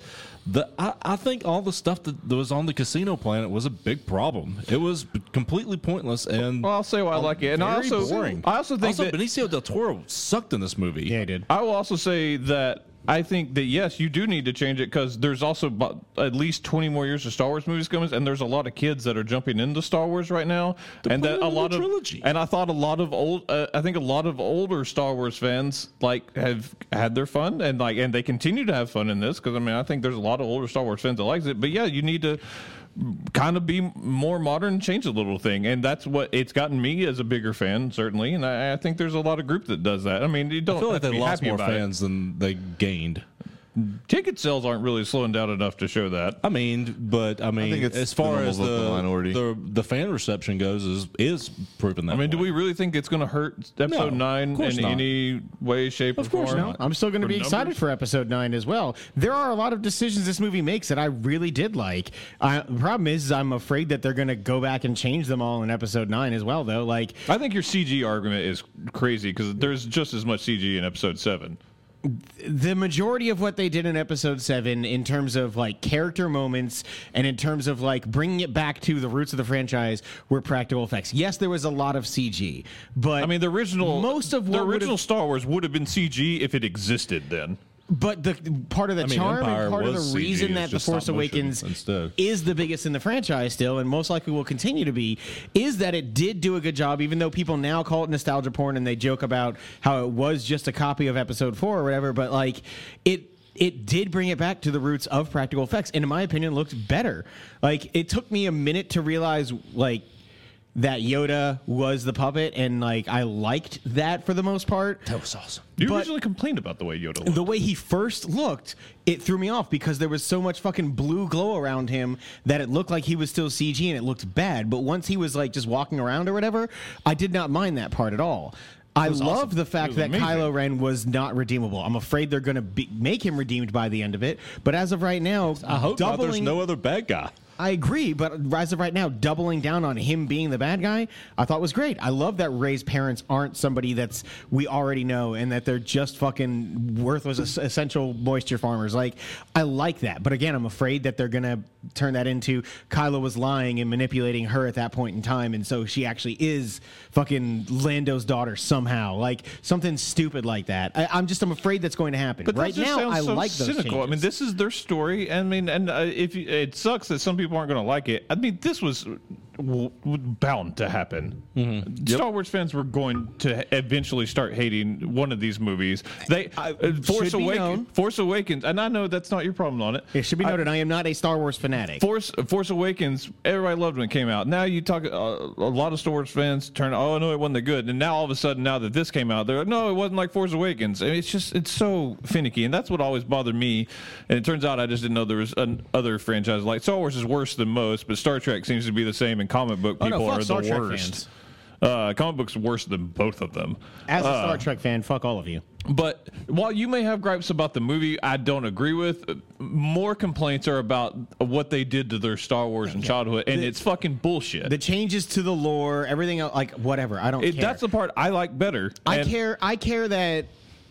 The, I, I think all the stuff that that was on the casino planet was a big problem. It was completely pointless and well, I'll say why I like it, and I very also, boring. I also think also, that Benicio del Toro sucked in this movie. Yeah, I did. I will also say that I think that yes, you do need to change it because there's also bu- at least 20 more years of Star Wars movies coming, and there's a lot of kids that are jumping into Star Wars right now, and put it that a in the lot of trilogy. and I thought a lot of old, uh, I think a lot of older Star Wars fans like have had their fun and like and they continue to have fun in this because I mean I think there's a lot of older Star Wars fans that likes it, but yeah, you need to kind of be more modern, change a little thing, and that's what it's gotten me as a bigger fan, certainly. And I, I think there's a lot of group that does that. I mean, you don't I feel like have to they be lost happy more about it. fans than they gained. Ticket sales aren't really slowing down enough to show that. I mean, but I mean, it's as far the as the, normal vocal minority. the the fan reception goes, is is proven that. I mean, do point. we really think it's going to hurt episode of nine course in not. any way, shape, or Of course form? not. I'm still going to For be excited numbers? for episode nine as well. There are a lot of decisions this movie makes that I really did like. I, the problem is, is I'm afraid that they're going to go back and change them all in episode nine as well, though. Like, I think your CG argument is crazy because there's just as much CG in episode seven. the majority of what they did in episode 7 in terms of like character moments and in terms of like bringing it back to the roots of the franchise were practical effects yes there was a lot of cg but I mean, the original most of the what would've- original Star Wars would have been CG if it existed then. but the part of the mean, charm Empire and part of the was CG, reason it's that the just force stop motion awakens instead. is the biggest in the franchise still and most likely will continue to be is that it did do a good job even though people now call it nostalgia porn and they joke about how it was just a copy of episode 4 or whatever but like it it did bring it back to the roots of practical effects and in my opinion looked better like it took me a minute to realize like that Yoda was the puppet, and like I liked that for the most part. That was awesome. You originally complained about the way Yoda looked. The way he first looked, it threw me off because there was so much fucking blue glow around him that it looked like he was still CG and it looked bad. But once he was like just walking around or whatever, I did not mind that part at all. I love the fact was that amazing. Kylo Ren was not redeemable. I'm afraid they're going to make him redeemed by the end of it. But as of right now, I hope not. There's doubling- no other bad guy. I agree, but as of right now, doubling down on him being the bad guy, I thought was great. I love that Ray's parents aren't somebody that's we already know, and that they're just fucking worthless es- essential moisture farmers. Like, I like that, but again, I'm afraid that they're gonna turn that into Kylo was lying and manipulating her at that point in time, and so she actually is fucking Lando's daughter somehow, like something stupid like that. I, I'm just I'm afraid that's going to happen. But that right just now, sounds I so like those cynical. I mean, changes. this is their story. I mean, and uh, if you, it sucks that some people aren't going to like it, I mean, this was w- w- bound to happen. Mm-hmm. Star Wars fans were going to eventually start hating one of these movies. They uh, Force should be known. Awakens, Force Awakens, and I know that's not your problem on it. it should be noted, I am not a Star Wars fanatic. Force Force Awakens, everybody loved when it came out. Now you talk uh, a lot of Star Wars fans turn, oh no, it wasn't that good. And now all of a sudden, now that this came out, they're like, no, it wasn't like Force Awakens. And it's just it's so finicky, and that's what always bothered me. And it turns out I just didn't know there was an other franchise like Star Wars is worse than most, but Star Trek seems to be the same, and comic book Oh, no, people fuck are Star the Trek worst. fans. Uh, comic books worse than both of them. As a Star Trek fan, fuck all of you. But while you may have gripes about the movie, I don't agree with. More complaints are about what they did to their Star Wars in childhood, and it's fucking bullshit. The changes to the lore, everything else, like whatever. I don't It- care. that's the part I like better. I And care. I care that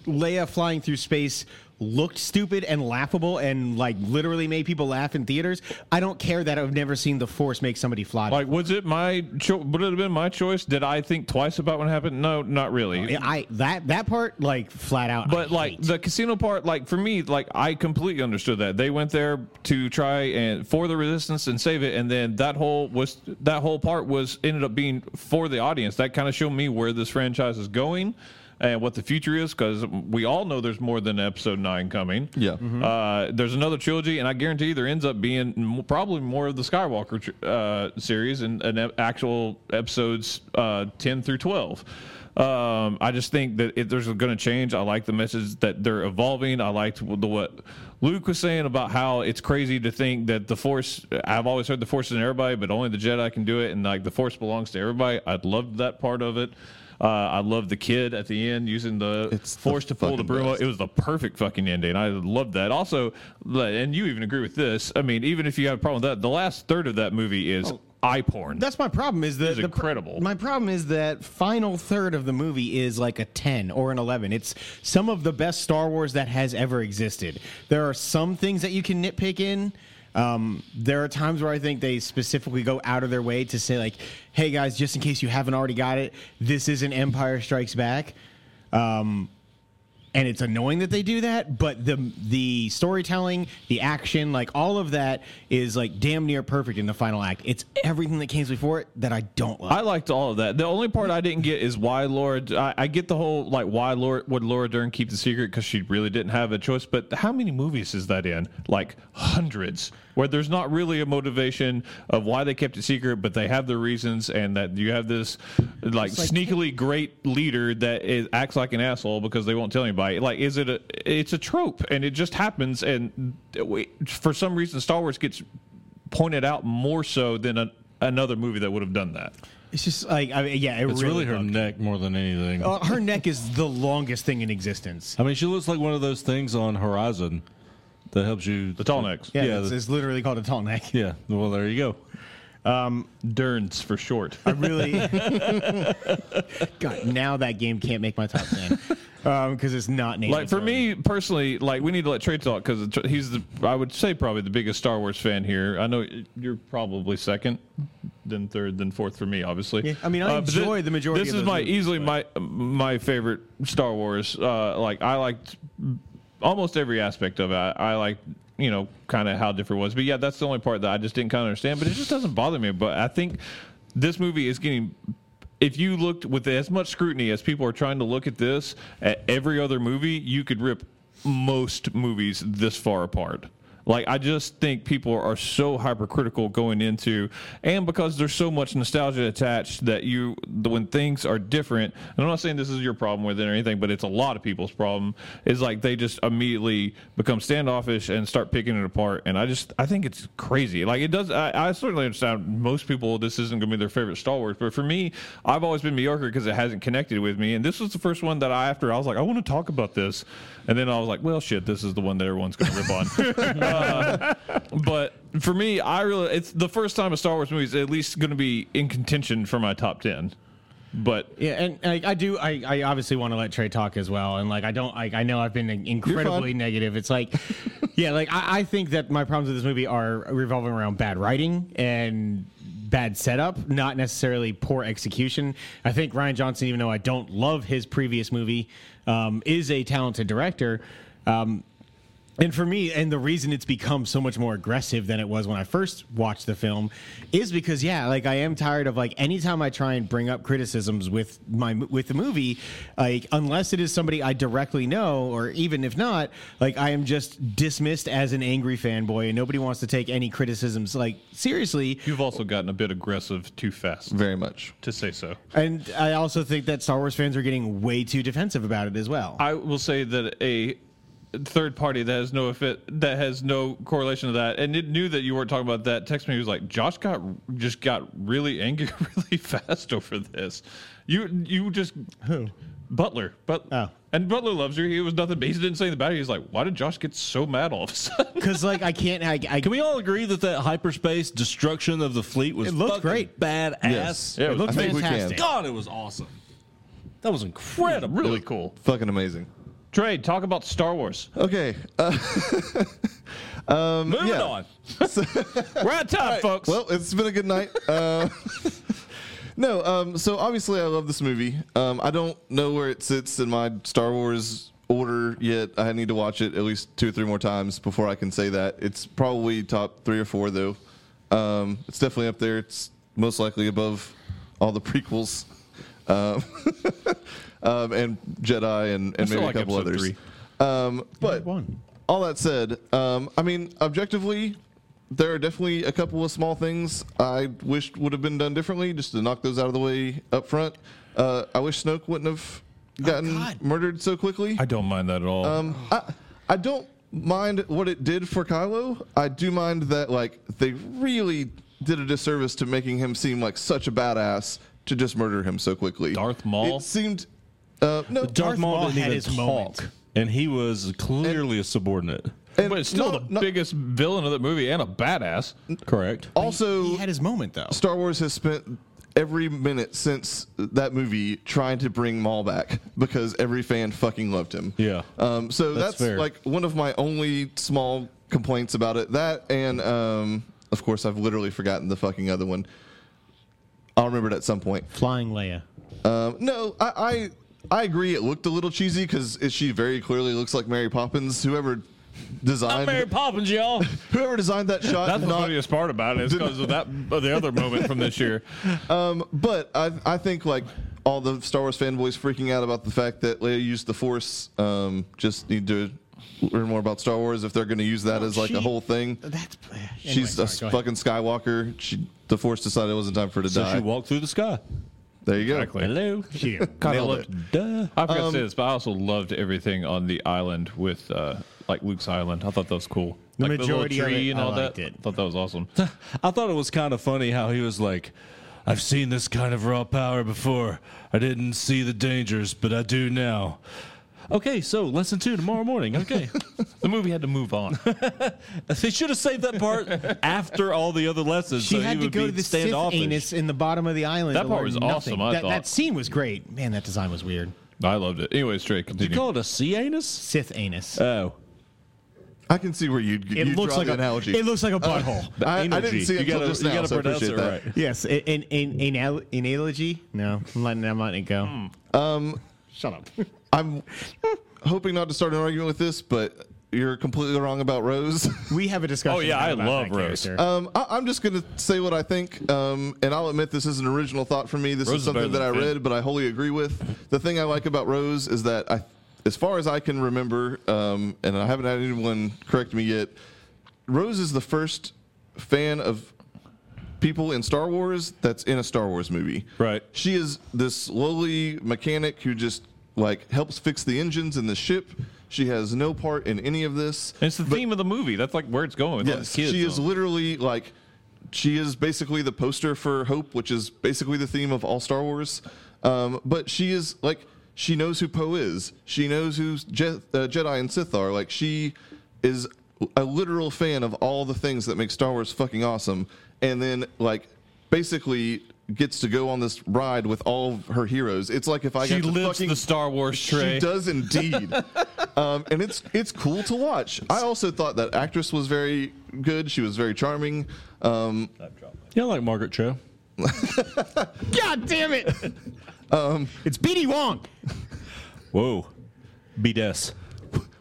Leia flying through space looked stupid and laughable and like literally made people laugh in theaters. I don't care that I've never seen the Force make somebody fly. Like, was it my? Cho- would it have been my choice? Did I think twice about what happened? No, not really. I that that part like flat out. But I like hate. the casino part, like for me, like I completely understood that they went there to try and for the resistance and save it, and then that whole was that whole part was ended up being for the audience. That kind of showed me where this franchise is going and what the future is, because we all know there's more than episode nine coming. Yeah. Uh, there's another trilogy, and I guarantee there ends up being m- probably more of the Skywalker tr- uh, series and, and ep- actual episodes uh, 10 through 12. Um, I just think that if there's going to change, I like the message that they're evolving. I liked w- the, what Luke was saying about how it's crazy to think that the Force. I've always heard the Force is in everybody, but only the Jedi can do it, and like the Force belongs to everybody. I loved that part of it. Uh, I love the kid at the end using the It's the force to pull the fucking broom. best. It was the perfect fucking ending. I loved that. Also, like, and you even agree with this. I mean, even if you have a problem with that, the last third of that movie is eye porn. That's my problem. Is that It's incredible. My problem is that final third of the movie is like a ten or an eleven. It's some of the best Star Wars that has ever existed. There are some things that you can nitpick in. Um, there are times where I think they specifically go out of their way to say like, "Hey guys, just in case you haven't already got it, this isn't Empire Strikes Back." Um, and it's annoying that they do that but the the storytelling the action like all of that is like damn near perfect in the final act it's everything that came before it that i don't like I liked all of that. The only part I didn't get is why Laura. I, I get the whole like why Laura would Laura Dern keep the secret because she really didn't have a choice. But how many movies is that in? Like hundreds. where there's not really a motivation of why they kept it secret, but they have their reasons, and that you have this like, sneakily great leader that is, acts like an asshole because they won't tell anybody. Like, is it a? It's a trope, and it just happens. And we, for some reason, Star Wars gets pointed out more so than a, another movie that would have done that. It's just like, I mean, yeah, it It's really, really, her bugged me. neck more than anything. Uh, her neck is the longest thing in existence. I mean, she looks like one of those things on Horizon that helps you. The tall necks, Yeah, Yeah, it's, the- it's literally called a tall *laughs* neck. Yeah. Well, there you go. Derns for short. I really. *laughs* God, now that game can't make my top ten because it's not named. Like for me personally, like we need to let Trey talk because he's the I would say probably the biggest Star Wars fan here. I know you're probably second, then third, then fourth for me, obviously. Yeah, I mean, I Uh, but thi- enjoy the majority This of is those my movies, easily my my favorite Star Wars. Uh, like I liked almost every aspect of it. I, I liked you know kind of how different it was, but yeah, that's the only part that I just didn't kind of understand. But it just doesn't bother me. But I think this movie is getting. If you looked with as much scrutiny as people are trying to look at this at every other movie, you could rip most movies this far apart. Like I just think people are so hypercritical going into, and because there's so much nostalgia attached that you, the- when things are different, and I'm not saying this is your problem with it or anything, but it's a lot of people's problem. Is like they just immediately become standoffish and start picking it apart. And I just I think it's crazy. Like it does. I, I certainly understand most people this isn't going to be their favorite Star Wars, but for me, I've always been mediocre because it hasn't connected with me. And this was the first one that I after I was like I want to talk about this, and then I was like, well, shit, this is the one that everyone's going to rip on. but for me, I really it's the first time a Star Wars movie is at least going to be in contention for my top ten. But Yeah, and like, I do. I, I obviously want to let Trey talk as well, and like I don't. Like I know I've been incredibly negative. It's like, yeah, like I, I think that my problems with this movie are revolving around bad writing and bad setup, not necessarily poor execution. I think Ryan Johnson, even though I don't love his previous movie, um, is a talented director. Um, and for me, and the reason it's become so much more aggressive than it was when I first watched the film is because, yeah, like I am tired of like anytime I try and bring up criticisms with my with the movie, like unless it is somebody I directly know, or even if not, like I am just dismissed as an angry fanboy, and nobody wants to take any criticisms like seriously. you've also gotten a bit aggressive too fast Very much. to say so. And I also think that Star Wars fans are getting way too defensive about it as well. I will say that a third party that has no effect, that has no correlation to that, and it knew that you weren't talking about that. Text me, he was like, "Josh got just got really angry *laughs* really fast over this. You you just who Butler, but Oh. and Butler loves you. He was nothing. He didn't say anything about it. He's like, why did Josh get so mad all of a sudden? Because like I can't, I, I Can we all agree that that hyperspace destruction of the fleet was It looked fucking great. badass? Yes. Yeah, it it looks was- I think we can. fantastic. God, it was awesome. That was incredible. really cool. Fucking amazing. Trey, talk about Star Wars. Okay. Uh, Moving yeah. on. We're out of time, folks. well, it's been a *laughs* good night. Uh, *laughs* no, um, so obviously I love this movie. Um, I don't know where it sits in my Star Wars order yet. I need to watch it at least two or three more times before I can say that. It's probably top three or four, though. Um, it's definitely up there. It's most likely above all the prequels *laughs* um, um, and Jedi and, and still maybe like a couple episode others. three. Um, but all that said, um, I mean, objectively, there are definitely a couple of small things I wished would have been done differently, just to knock those out of the way up front. Uh, I wish Snoke wouldn't have gotten God. murdered so quickly. I don't mind that at all. Um, I, I don't mind what it did for Kylo. I do mind that like they really did a disservice to making him seem like such a badass to just murder him so quickly. Darth Maul? It seemed. Uh, no, Darth Maul didn't had even his talk, moment. and he was clearly a subordinate. and but it's still not- the not- biggest villain of the movie and a badass. Correct. Also, he had his moment though. Star Wars has spent every minute since that movie trying to bring Maul back because every fan fucking loved him. Yeah. Um, so That's that's, fair. like one of my only small complaints about it. That and um, of course I've literally forgotten the fucking other one. I'll remember it at some point. Flying Leia. Um, no, I, I I agree. It looked a little cheesy because she very clearly looks like Mary Poppins. Whoever designed *laughs* Poppins, y'all. whoever designed that shot That's did the not funniest part about it is because of that of the other moment from this year. Um, but I, I think like all the Star Wars fanboys freaking out about the fact that Leia used the Force um, just need to learn more about Star Wars if they're going to use that as like she- a whole thing. That's anyway, She's sorry, a go ahead. fucking Skywalker. She, the Force decided it wasn't time for her to So die. she walked through the sky. there you go. Hello. She- Nailed Nailed it. it. Duh. I forgot Um, to say this, but I also loved everything on the island with uh, like Luke's island. I thought that was cool. The like majority the of little tree it, and I all liked that. it. I thought that was awesome. I thought it was kind of funny how he was like, I've seen this kind of raw power before. I didn't see the dangers, but I do now. Okay, so lesson two tomorrow morning. Okay. the movie had to move *laughs* on. they should have saved that part after all the other lessons. She so had he to would go be to the Sith standoffish. anus in the bottom of the island. That to part learn was nothing. awesome, I that, that thought. scene was great. Man, that design was weird. I loved it. Anyway, straight Did continue. you call it a sea anus? Sith anus. Oh. I can see where you it you looks draw like the a analogy. It looks like a butthole. I, I Energy. didn't see it You until gotta- just you now, gotta so I pronounce appreciate it that. *laughs* right. yes, in in in, in, al- in analogy. No, I'm letting I'm letting it go. Um, Shut up. *laughs* I'm hoping not to start an argument with this, but you're completely wrong about Rose. *laughs* We have a discussion. Oh, yeah, about I that love Rose. character. Um, I, I'm just going to say what I think, um, and I'll admit this is an original thought for me. This Rose is is something better that I than Finn. read, but I wholly agree with. The thing I like about Rose is that I, as far as I can remember, um, and I haven't had anyone correct me yet, Rose is the first fan of people in Star Wars that's in a Star Wars movie. Right. She is this lowly mechanic who just like helps fix the engines in the ship. She has no part in any of this. it's the theme of the movie. That's like where it's going. With all Yes, these kids she is on. literally like she is basically the poster for Hope, which is basically the theme of all Star Wars. Um, but she is like she knows who Poe is. She knows who Je- uh, Jedi and Sith are. Like she is a literal fan of all the things that make Star Wars fucking awesome. And then like basically gets to go on this ride with all of her heroes. It's like if I She got to lives fucking the Star Wars tray. she does indeed, um, and it's it's cool to watch. I also thought that actress was very good. She was very charming. Um, Yeah, I like Margaret Cho. God damn it! *laughs* um, it's BD Wong. Whoa. BDS.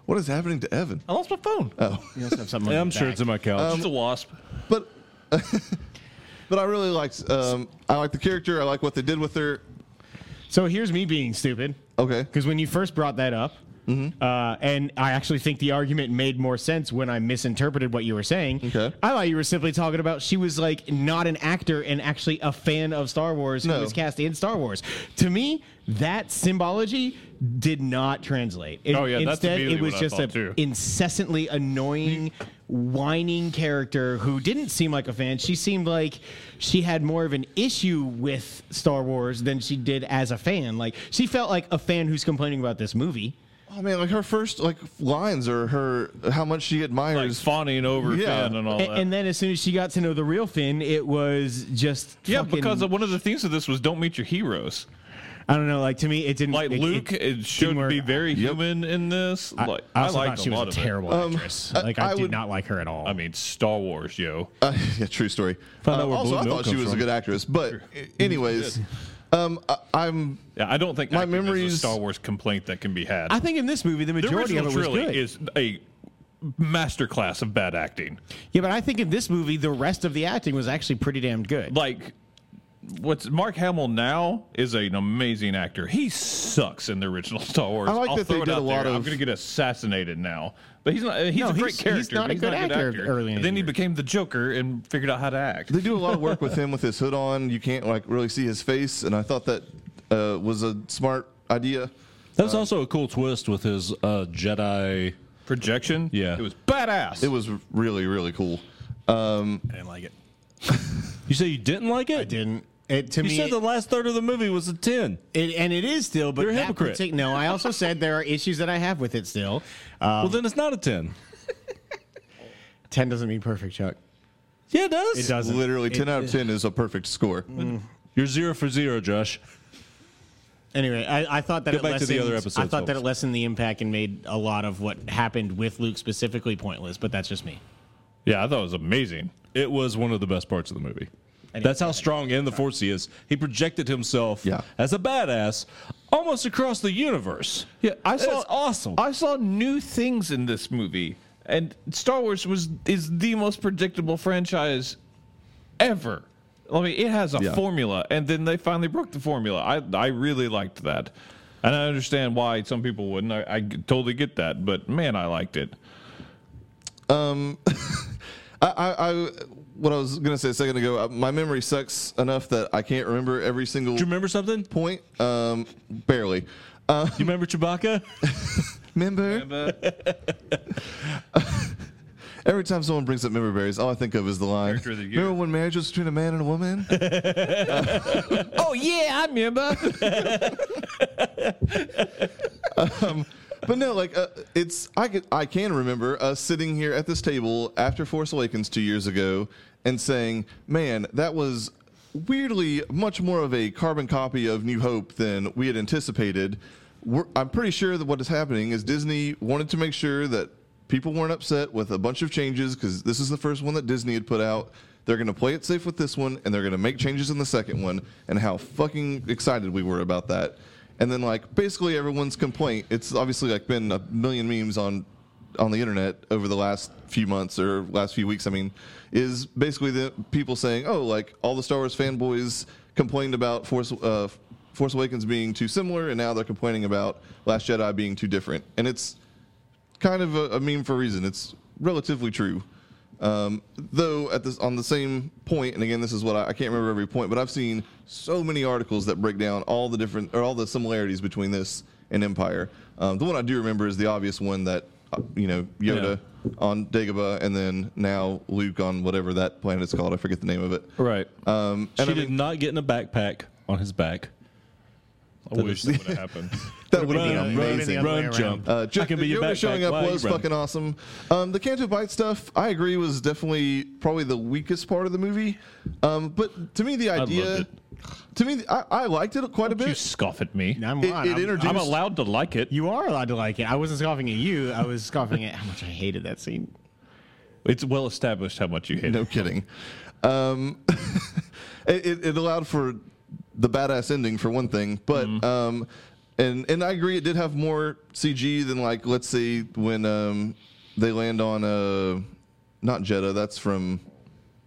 what is happening to Evan? Oh. Oh, I lost my phone. You also have something. Yeah, on I'm your sure back. it's in my couch. it's a wasp. But *laughs* but I really liked. Um, I like the character. I like what they did with her. So here's me being stupid. Okay. Mm-hmm. Because when you first brought that up, uh, and I actually think the argument made more sense when I misinterpreted what you were saying. Okay. I thought you were simply talking about she was like not an actor and actually a fan of Star Wars No. who was cast in Star Wars. To me, that symbology did not translate. It- Oh, yeah, that's instead it immediately was what I just thought, a too. incessantly annoying, whining character who didn't seem like a fan. She seemed like she had more of an issue with Star Wars than she did as a fan. Like she felt like a fan who's complaining about this movie. Oh man, like her first like lines are her how much she Like admires. fawning over Yeah. Finn and all A- that. and then as soon as she got to know the real Finn, it was just yeah, fucking- because one of the themes of this was don't meet your heroes. I don't know. Like to me, it didn't Like it- it- Luke, it it, showed didn't to be work. very human in this. Like, I I, also liked thought she a lot was a of it. terrible actress. Um, I- Like I, I did would- not like her at all. I mean, Star Wars, yo. Uh, *laughs* yeah, true story. Found out Um, where also, blue I milk thought she comes was a from. good actress. But anyways, um, I, I'm Yeah, I don't think My my memories memories- a Star Wars complaint that can be had. I think in this movie, the the majority original of it was trilogy good. is a masterclass of bad acting. yeah, but I think in this movie, the rest of the acting was actually pretty damn good. Like, what's Mark Hamill now is an amazing actor. He sucks in the original *laughs* Star Wars. I like I'll that they throw it did out a lot there. I'm of- going to get assassinated now, but he's not. He's No, a great he's- he's character. not but a good actor early in And his then he career. became the Joker and figured out how to act. they do a lot of work with him with his hood on. You can't like really see his face, and I thought that uh, was a smart idea. That was also a cool twist with his uh, Jedi. Projection. Yeah. it was badass. It was really really cool. Um, I didn't like it. You say you didn't like it? I Didn't it to You me? said the last third of the movie was a 10. it, and it is still, but You're a that hypocrite. partic- no, I also said there are issues that I have with it still. Uh, Well, then it's not a 10. ten doesn't mean perfect, Chuck. Yeah, it does. It doesn't. literally, ten out of ten is a perfect score. Mm-hmm. You're zero for zero, Josh. Anyway, I, I thought that Go it back to lessened, the other episodes, I thought that it folks. lessened the impact and made a lot of what happened with Luke specifically pointless. But that's just me. yeah, I thought it was amazing. It was one of the best parts of the movie. And That's it- how strong in the Force he is. He projected himself Yeah. as a badass almost across the universe. Yeah, I That's saw awesome. I saw new things in this movie, and Star Wars was is the most predictable franchise ever. I mean, it has a Yeah. formula, and then they finally broke the formula. I I really liked that. And I understand why some people wouldn't. I, I totally get that, but man, I liked it. Um, *laughs* I, I, I what I was gonna say a second ago. uh, My memory sucks enough that I can't remember every single Do you remember something? Do point. Um, barely. Uh, you remember Chewbacca? remember *laughs* every time someone brings up member berries, all I think of is the line. Character of the year. Remember when marriage was between a man and a woman? oh yeah, I remember. But no, like uh, it's I could, I can remember us sitting here at this table after Force Awakens two years ago and saying, "Man, that was weirdly much more of a carbon copy of New Hope than we had anticipated." We're, I'm pretty sure that what is happening is Disney wanted to make sure that people weren't upset with a bunch of changes because this is the first one that Disney had put out. They're going to play it safe with this one, and they're going to make changes in the second one. And how fucking excited we were about that! And then like basically everyone's complaint. It's obviously like been a million memes on on the internet over the last few months or last few weeks. I mean, is basically the people saying, "Oh, like all the Star Wars fanboys complained about Force." Uh, Force Awakens being too similar, and now they're complaining about Last Jedi being too different. And it's kind of a, a meme for a reason. It's relatively true. Um, though at this on the same point, and again, this is what I, I can't remember every point, but I've seen so many articles that break down all the different or all the similarities between this and Empire. Um, the one I do remember is the obvious one that uh, you know Yoda on Dagobah, and then now Luke on whatever that planet is called. I forget the name of it. right. Um, and she I did mean, not get in a backpack on his back. I wish that would have happened. that would Run, be run, amazing. the other Run, way run, around. jump. Uh, I Joe, can be your Yoda backpack showing up while you was run. fucking awesome. Um, the Canto Bite stuff, I agree, was definitely probably the weakest part of the movie. Um, but to me, the loved idea, it. to me, I, I liked it quite a *laughs* You bit. scoff at me. I'm, It- not. it I'm- introduced- I'm allowed to like it. you are allowed to like it. I wasn't scoffing at you. I was scoffing at how much I hated that scene. It's well established how much you hate No it. kidding. Um, *laughs* it, it, it allowed for the badass ending for one thing, but Mm-hmm. um, and and I agree, it did have more CG than like let's say when um, they land on uh, not Jeddah. That's from.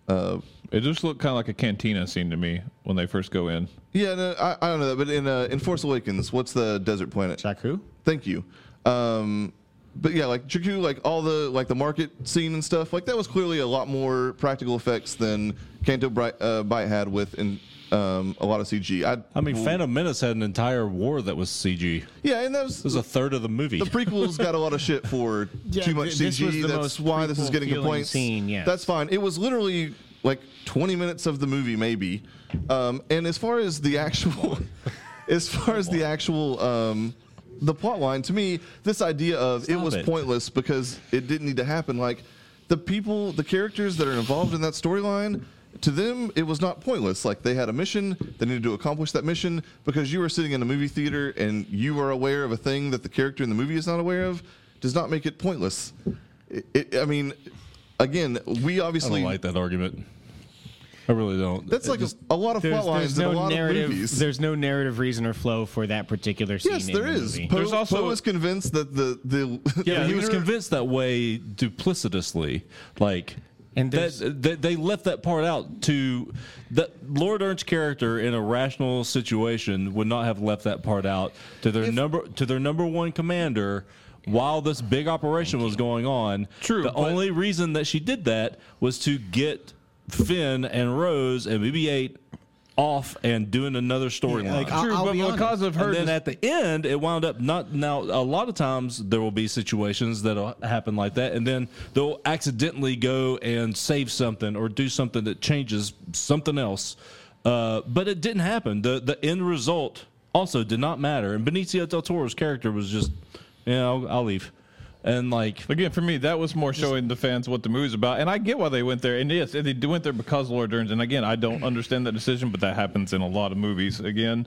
Uh, It just looked kind of like a cantina scene to me when they first go in. Yeah, no, I, I don't know that, but in uh, in Force Awakens, what's the desert planet? Jakku? Thank you. Um, but yeah, like Jakku, like all the like the market scene and stuff, like that was clearly a lot more practical effects than Canto Bright, uh, Bite had with in um, a lot of CG. I, I mean, Phantom Menace had an entire war that was CG. It yeah, and that was was a third of the movie. the prequels got a lot of shit for *laughs* Yeah, too much th- this was CG. the That's most why this is getting prequel-feeling complaints. scene, yes. That's fine. It was literally like 20 minutes of the movie, maybe. Um, and as far as the actual, *laughs* as far as the actual, um, the plot line to me, this idea of it Stop was it. pointless because it didn't need to happen. Like the people, the characters that are involved in that storyline. To them, it was not pointless. Like they had a mission, they needed to accomplish that mission because you were sitting in a movie theater and you are aware of a thing that the character in the movie is not aware of. Does not make it pointless. It, it, I mean, again, we I don't obviously like that argument. I really don't. that's It like just- a, a lot of plot lines in a lot narrative. of movies. There's no narrative reason or flow for that particular scene. yes, in there the is. movie. Poe There's also- Poe was convinced that the the yeah, the he was leader- convinced that way duplicitously. Like, And there's- that, that they left that part out to that Lord Ernst's character in a rational situation would not have left that part out to their number to their number one commander. While this big operation was going on, True, The but- only reason that she did that was to get Finn and Rose and BB-8 off and doing another storyline. like, I'll- True, I'll but be honest. because of And then at the end, it wound up not. Now, a lot of times there will be situations that'll happen like that, and then they'll accidentally go and save something or do something that changes something else. Uh, but it didn't happen. the The end result also did not matter, and Benicio del Toro's character was just, you know, I'll, I'll leave, and like. Again, for me, that was more showing the fans what the movie's about, and I get why they went there. And yes, they went there because Laura Dern's. And again, I don't understand that decision, but that happens in a lot of movies. Again,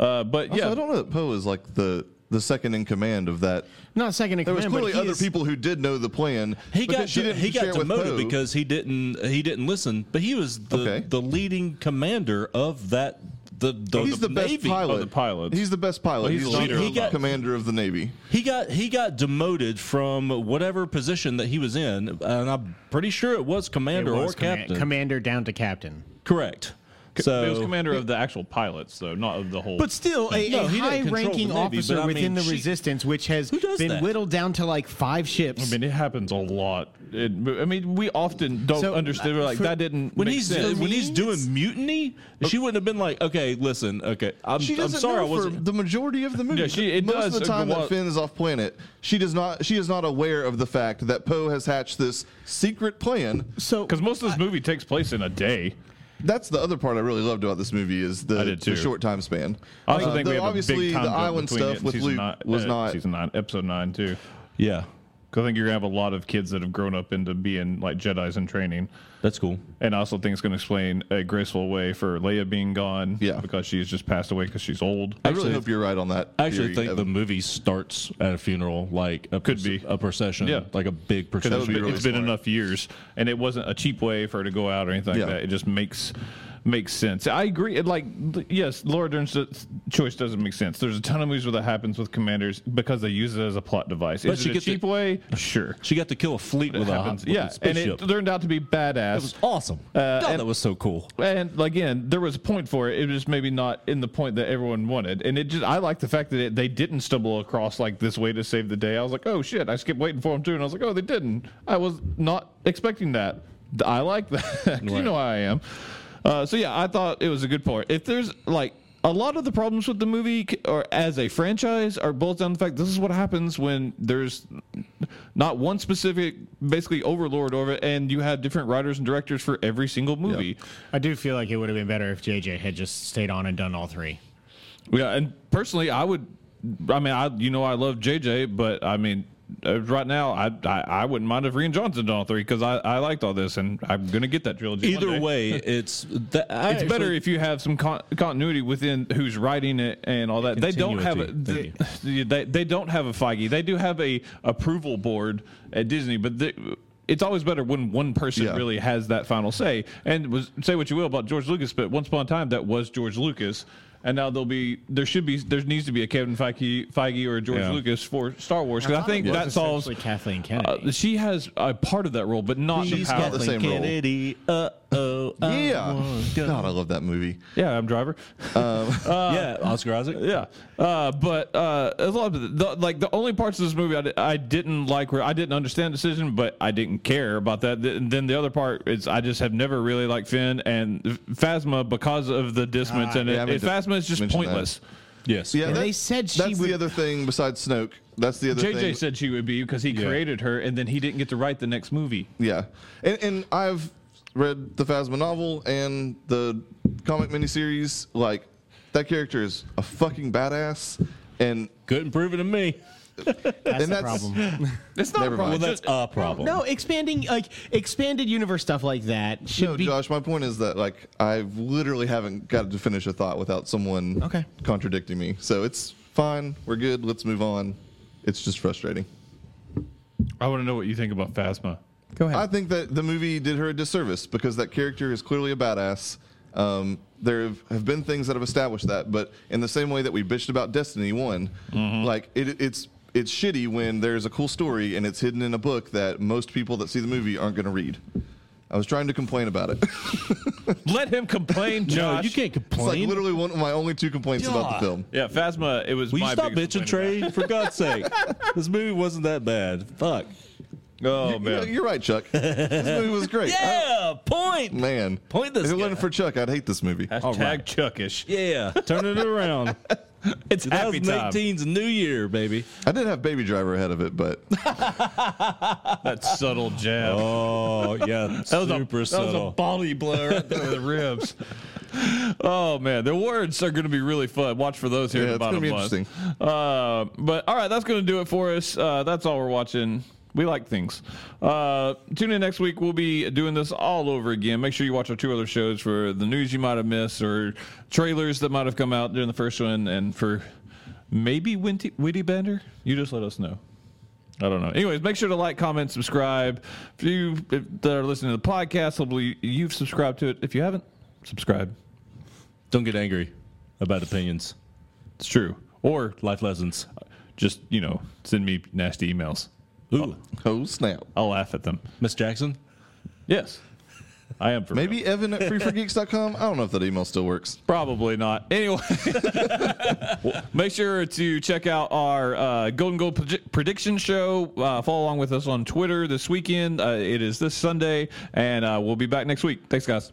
uh, but Also, yeah, I don't know that Poe is like the the second in command of that. Not second in There was command, but clearly he other is- people who did know the plan. He but got that she didn't he share got it with demoted Poe. because he didn't he didn't listen, but he was the, Okay. the leading commander of that the the, he's the, best Navy. pilot. the pilots. He's the best pilot. he's he's the not leader the of them. commander of the navy. He got he got demoted from whatever position that he was in, and I'm pretty sure it was It commander was or command- captain. Commander down to captain. Correct. So It was commander of the actual pilots, though, not of the whole. But still, a, No, a he didn't control the high-ranking Navy, but officer I mean, within the she- resistance, which has Who does been that? whittled down to like five ships. I mean, it happens a lot. It, I mean, we often don't So, understand. We're like, for- that didn't when make he's uh, sense. when he's me, doing mutiny, she wouldn't have been like, okay, listen, okay, I'm, She I'm doesn't sorry, I know for wasn't. the majority of the movie. Yeah, she- it Most does, of the time uh, well- that Finn is off planet, she does not. She is not aware of the fact that Poe has hatched this secret plan. so Because most of this movie takes place in a day. That's the other part I really loved about this movie is the, I did the too. short time span. I also Uh, think we though have obviously a big time the jump island between it stuff and with season Luke nine- was uh, not. season nine, episode nine too. Yeah, Because I think you're gonna have a lot of kids that have grown up into being like Jedi's in training, that's cool. and I also think it's gonna explain a graceful way for Leia being gone. Yeah. because she's just passed away because she's old. I really hope you're right on that. I actually theory, think the Evan. movie starts at a funeral, like a Could proce- be. a procession, Yeah. like a big Because procession. it's be been, really it's been smart. enough years, and it wasn't a cheap way for her to go out or anything Yeah. like that. It just makes makes sense. I agree. It like th- yes, Laura Dern's choice doesn't make sense. There's a ton of movies where that happens with commanders because they use it as a plot device. Is she it a gets to- cheap way? Sure. She got to kill a fleet It with a, happens. with Yeah, a and it Uh, spaceship. turned out to be That badass. was awesome. God, that was so cool. And again, there was a point for it. It was just maybe not in the point that everyone wanted. And it just, I like the fact that it, they didn't stumble across like this way to save the day. I was like, oh shit, I skipped waiting for them too. And I was like, oh, they didn't. I was not expecting that. Th- I like that. *laughs* you Right. know how I am. Uh, so yeah, I thought it was a good part. If there's like, a lot of the problems with the movie c- or as a franchise are boiled down to the fact this is what happens when there's not one specific basically overlord over it and you have different writers and directors for every single movie. I do feel like it would have been better if JJ had just stayed on and done all three. Yeah, and personally, I would. I mean, I you know I love JJ, but I mean, uh, right now I I, I wouldn't mind if Rian Johnson did all three because I, I liked all this and I'm gonna get that trilogy. one Either day. *laughs* way, it's that, I It's better actually- if you have some con- continuity within who's writing it and all that. They don't have a, Continuity, they, *laughs* they they don't have a Feige. They do have a approval board at Disney, but they, it's always better when one person Yeah. really has that final say. And was, say what you will about George Lucas, but once upon a time that was George Lucas, and now there'll be there should be there needs to be a Kevin Feige, Feige or a George Yeah. Lucas for Star Wars because I, think It was that solves. essentially Kathleen Kennedy. Uh, she has a part of that role, but not the She's power. got the same role. Kennedy, uh oh, Yeah, God, I love that movie. yeah, I'm driver. yeah, Oscar Isaac. Yeah, uh, but uh, a lot of the, the like the only parts of this movie I, di- I didn't like where I didn't understand the decision, but I didn't care about that. Th- then the other part is I just have never really liked Finn and Phasma because of the dissonance in it. yeah, I meant It- to Phasma is just mention that. pointless. Yes. Yeah, they said she That's would- the other thing besides Snoke. That's the other JJ thing. said she would be because he created her, and then he didn't get to write the next movie. Yeah, and, and I've read the Phasma novel and the comic miniseries. Like that character is a fucking badass, and Couldn't prove it to me. that's and the that's problem. It's not *laughs* Never a problem. mind. Well, that's a problem. no, expanding like expanded universe stuff like that should no, be Josh. My point is that like I literally haven't got to finish a thought without someone Okay. contradicting me. So it's fine. We're good. Let's move on. It's just frustrating. I want to know what you think about Phasma. Go ahead. I think that the movie did her a disservice because that character is clearly a badass. Um, there have- have been things that have established that, but in the same way that we bitched about Destiny One, Mm-hmm. like it, it's it's shitty when there's a cool story and it's hidden in a book that most people that see the movie aren't going to read. I was trying to complain about it. *laughs* Let him complain, No, Josh. you can't it's like complain. literally one of my only two complaints about God. the film. Yeah, Phasma. It was. Will you my stop biggest bitching, complaint Trey? For *laughs* God's sake, this movie wasn't that bad. Fuck. about it. Oh You- man, You're right, Chuck. this movie was great. I- *laughs* Yeah, point. man. Point this if it guy. wasn't for Chuck, I'd hate this movie. hashtag right. Chuckish. Yeah, turn it around. *laughs* It's happy time. 2019's a new year, baby. I did have Baby Driver ahead of it, but *laughs* That subtle *laughs* jab. Oh *laughs* yeah, That was super a, That was a subtle. body blow right there to the ribs. Oh man, the words are going to be really fun. Watch for those here Yeah, in it's about a gonna be month. interesting. Uh, but all right, that's going to do it for us. Uh, that's all we're watching. We like things. Uh, tune in next week. We'll be doing this all over again. Make sure you watch our two other shows for the news you might have missed or trailers that might have come out during the first one, and for maybe Winty, Witty Bender. You just let us know. I don't know. Anyways, make sure to like, comment, subscribe. If you if that are listening to the podcast, hopefully you've subscribed to it. If you haven't, subscribe. *laughs* Don't get angry about opinions, It's true. Or life lessons. just, you know, send me nasty emails. Ooh, oh snap. I'll laugh at them. Miss Jackson. Yes. I am for real. Maybe Evan *laughs* at freeforgeeks.com. I don't know if that email still works. Probably not. Anyway, make sure to check out our uh, Golden Goal predi- prediction show. Uh, follow along with us on Twitter this weekend. Uh, it is this Sunday, and uh, we'll be back next week. Thanks, guys.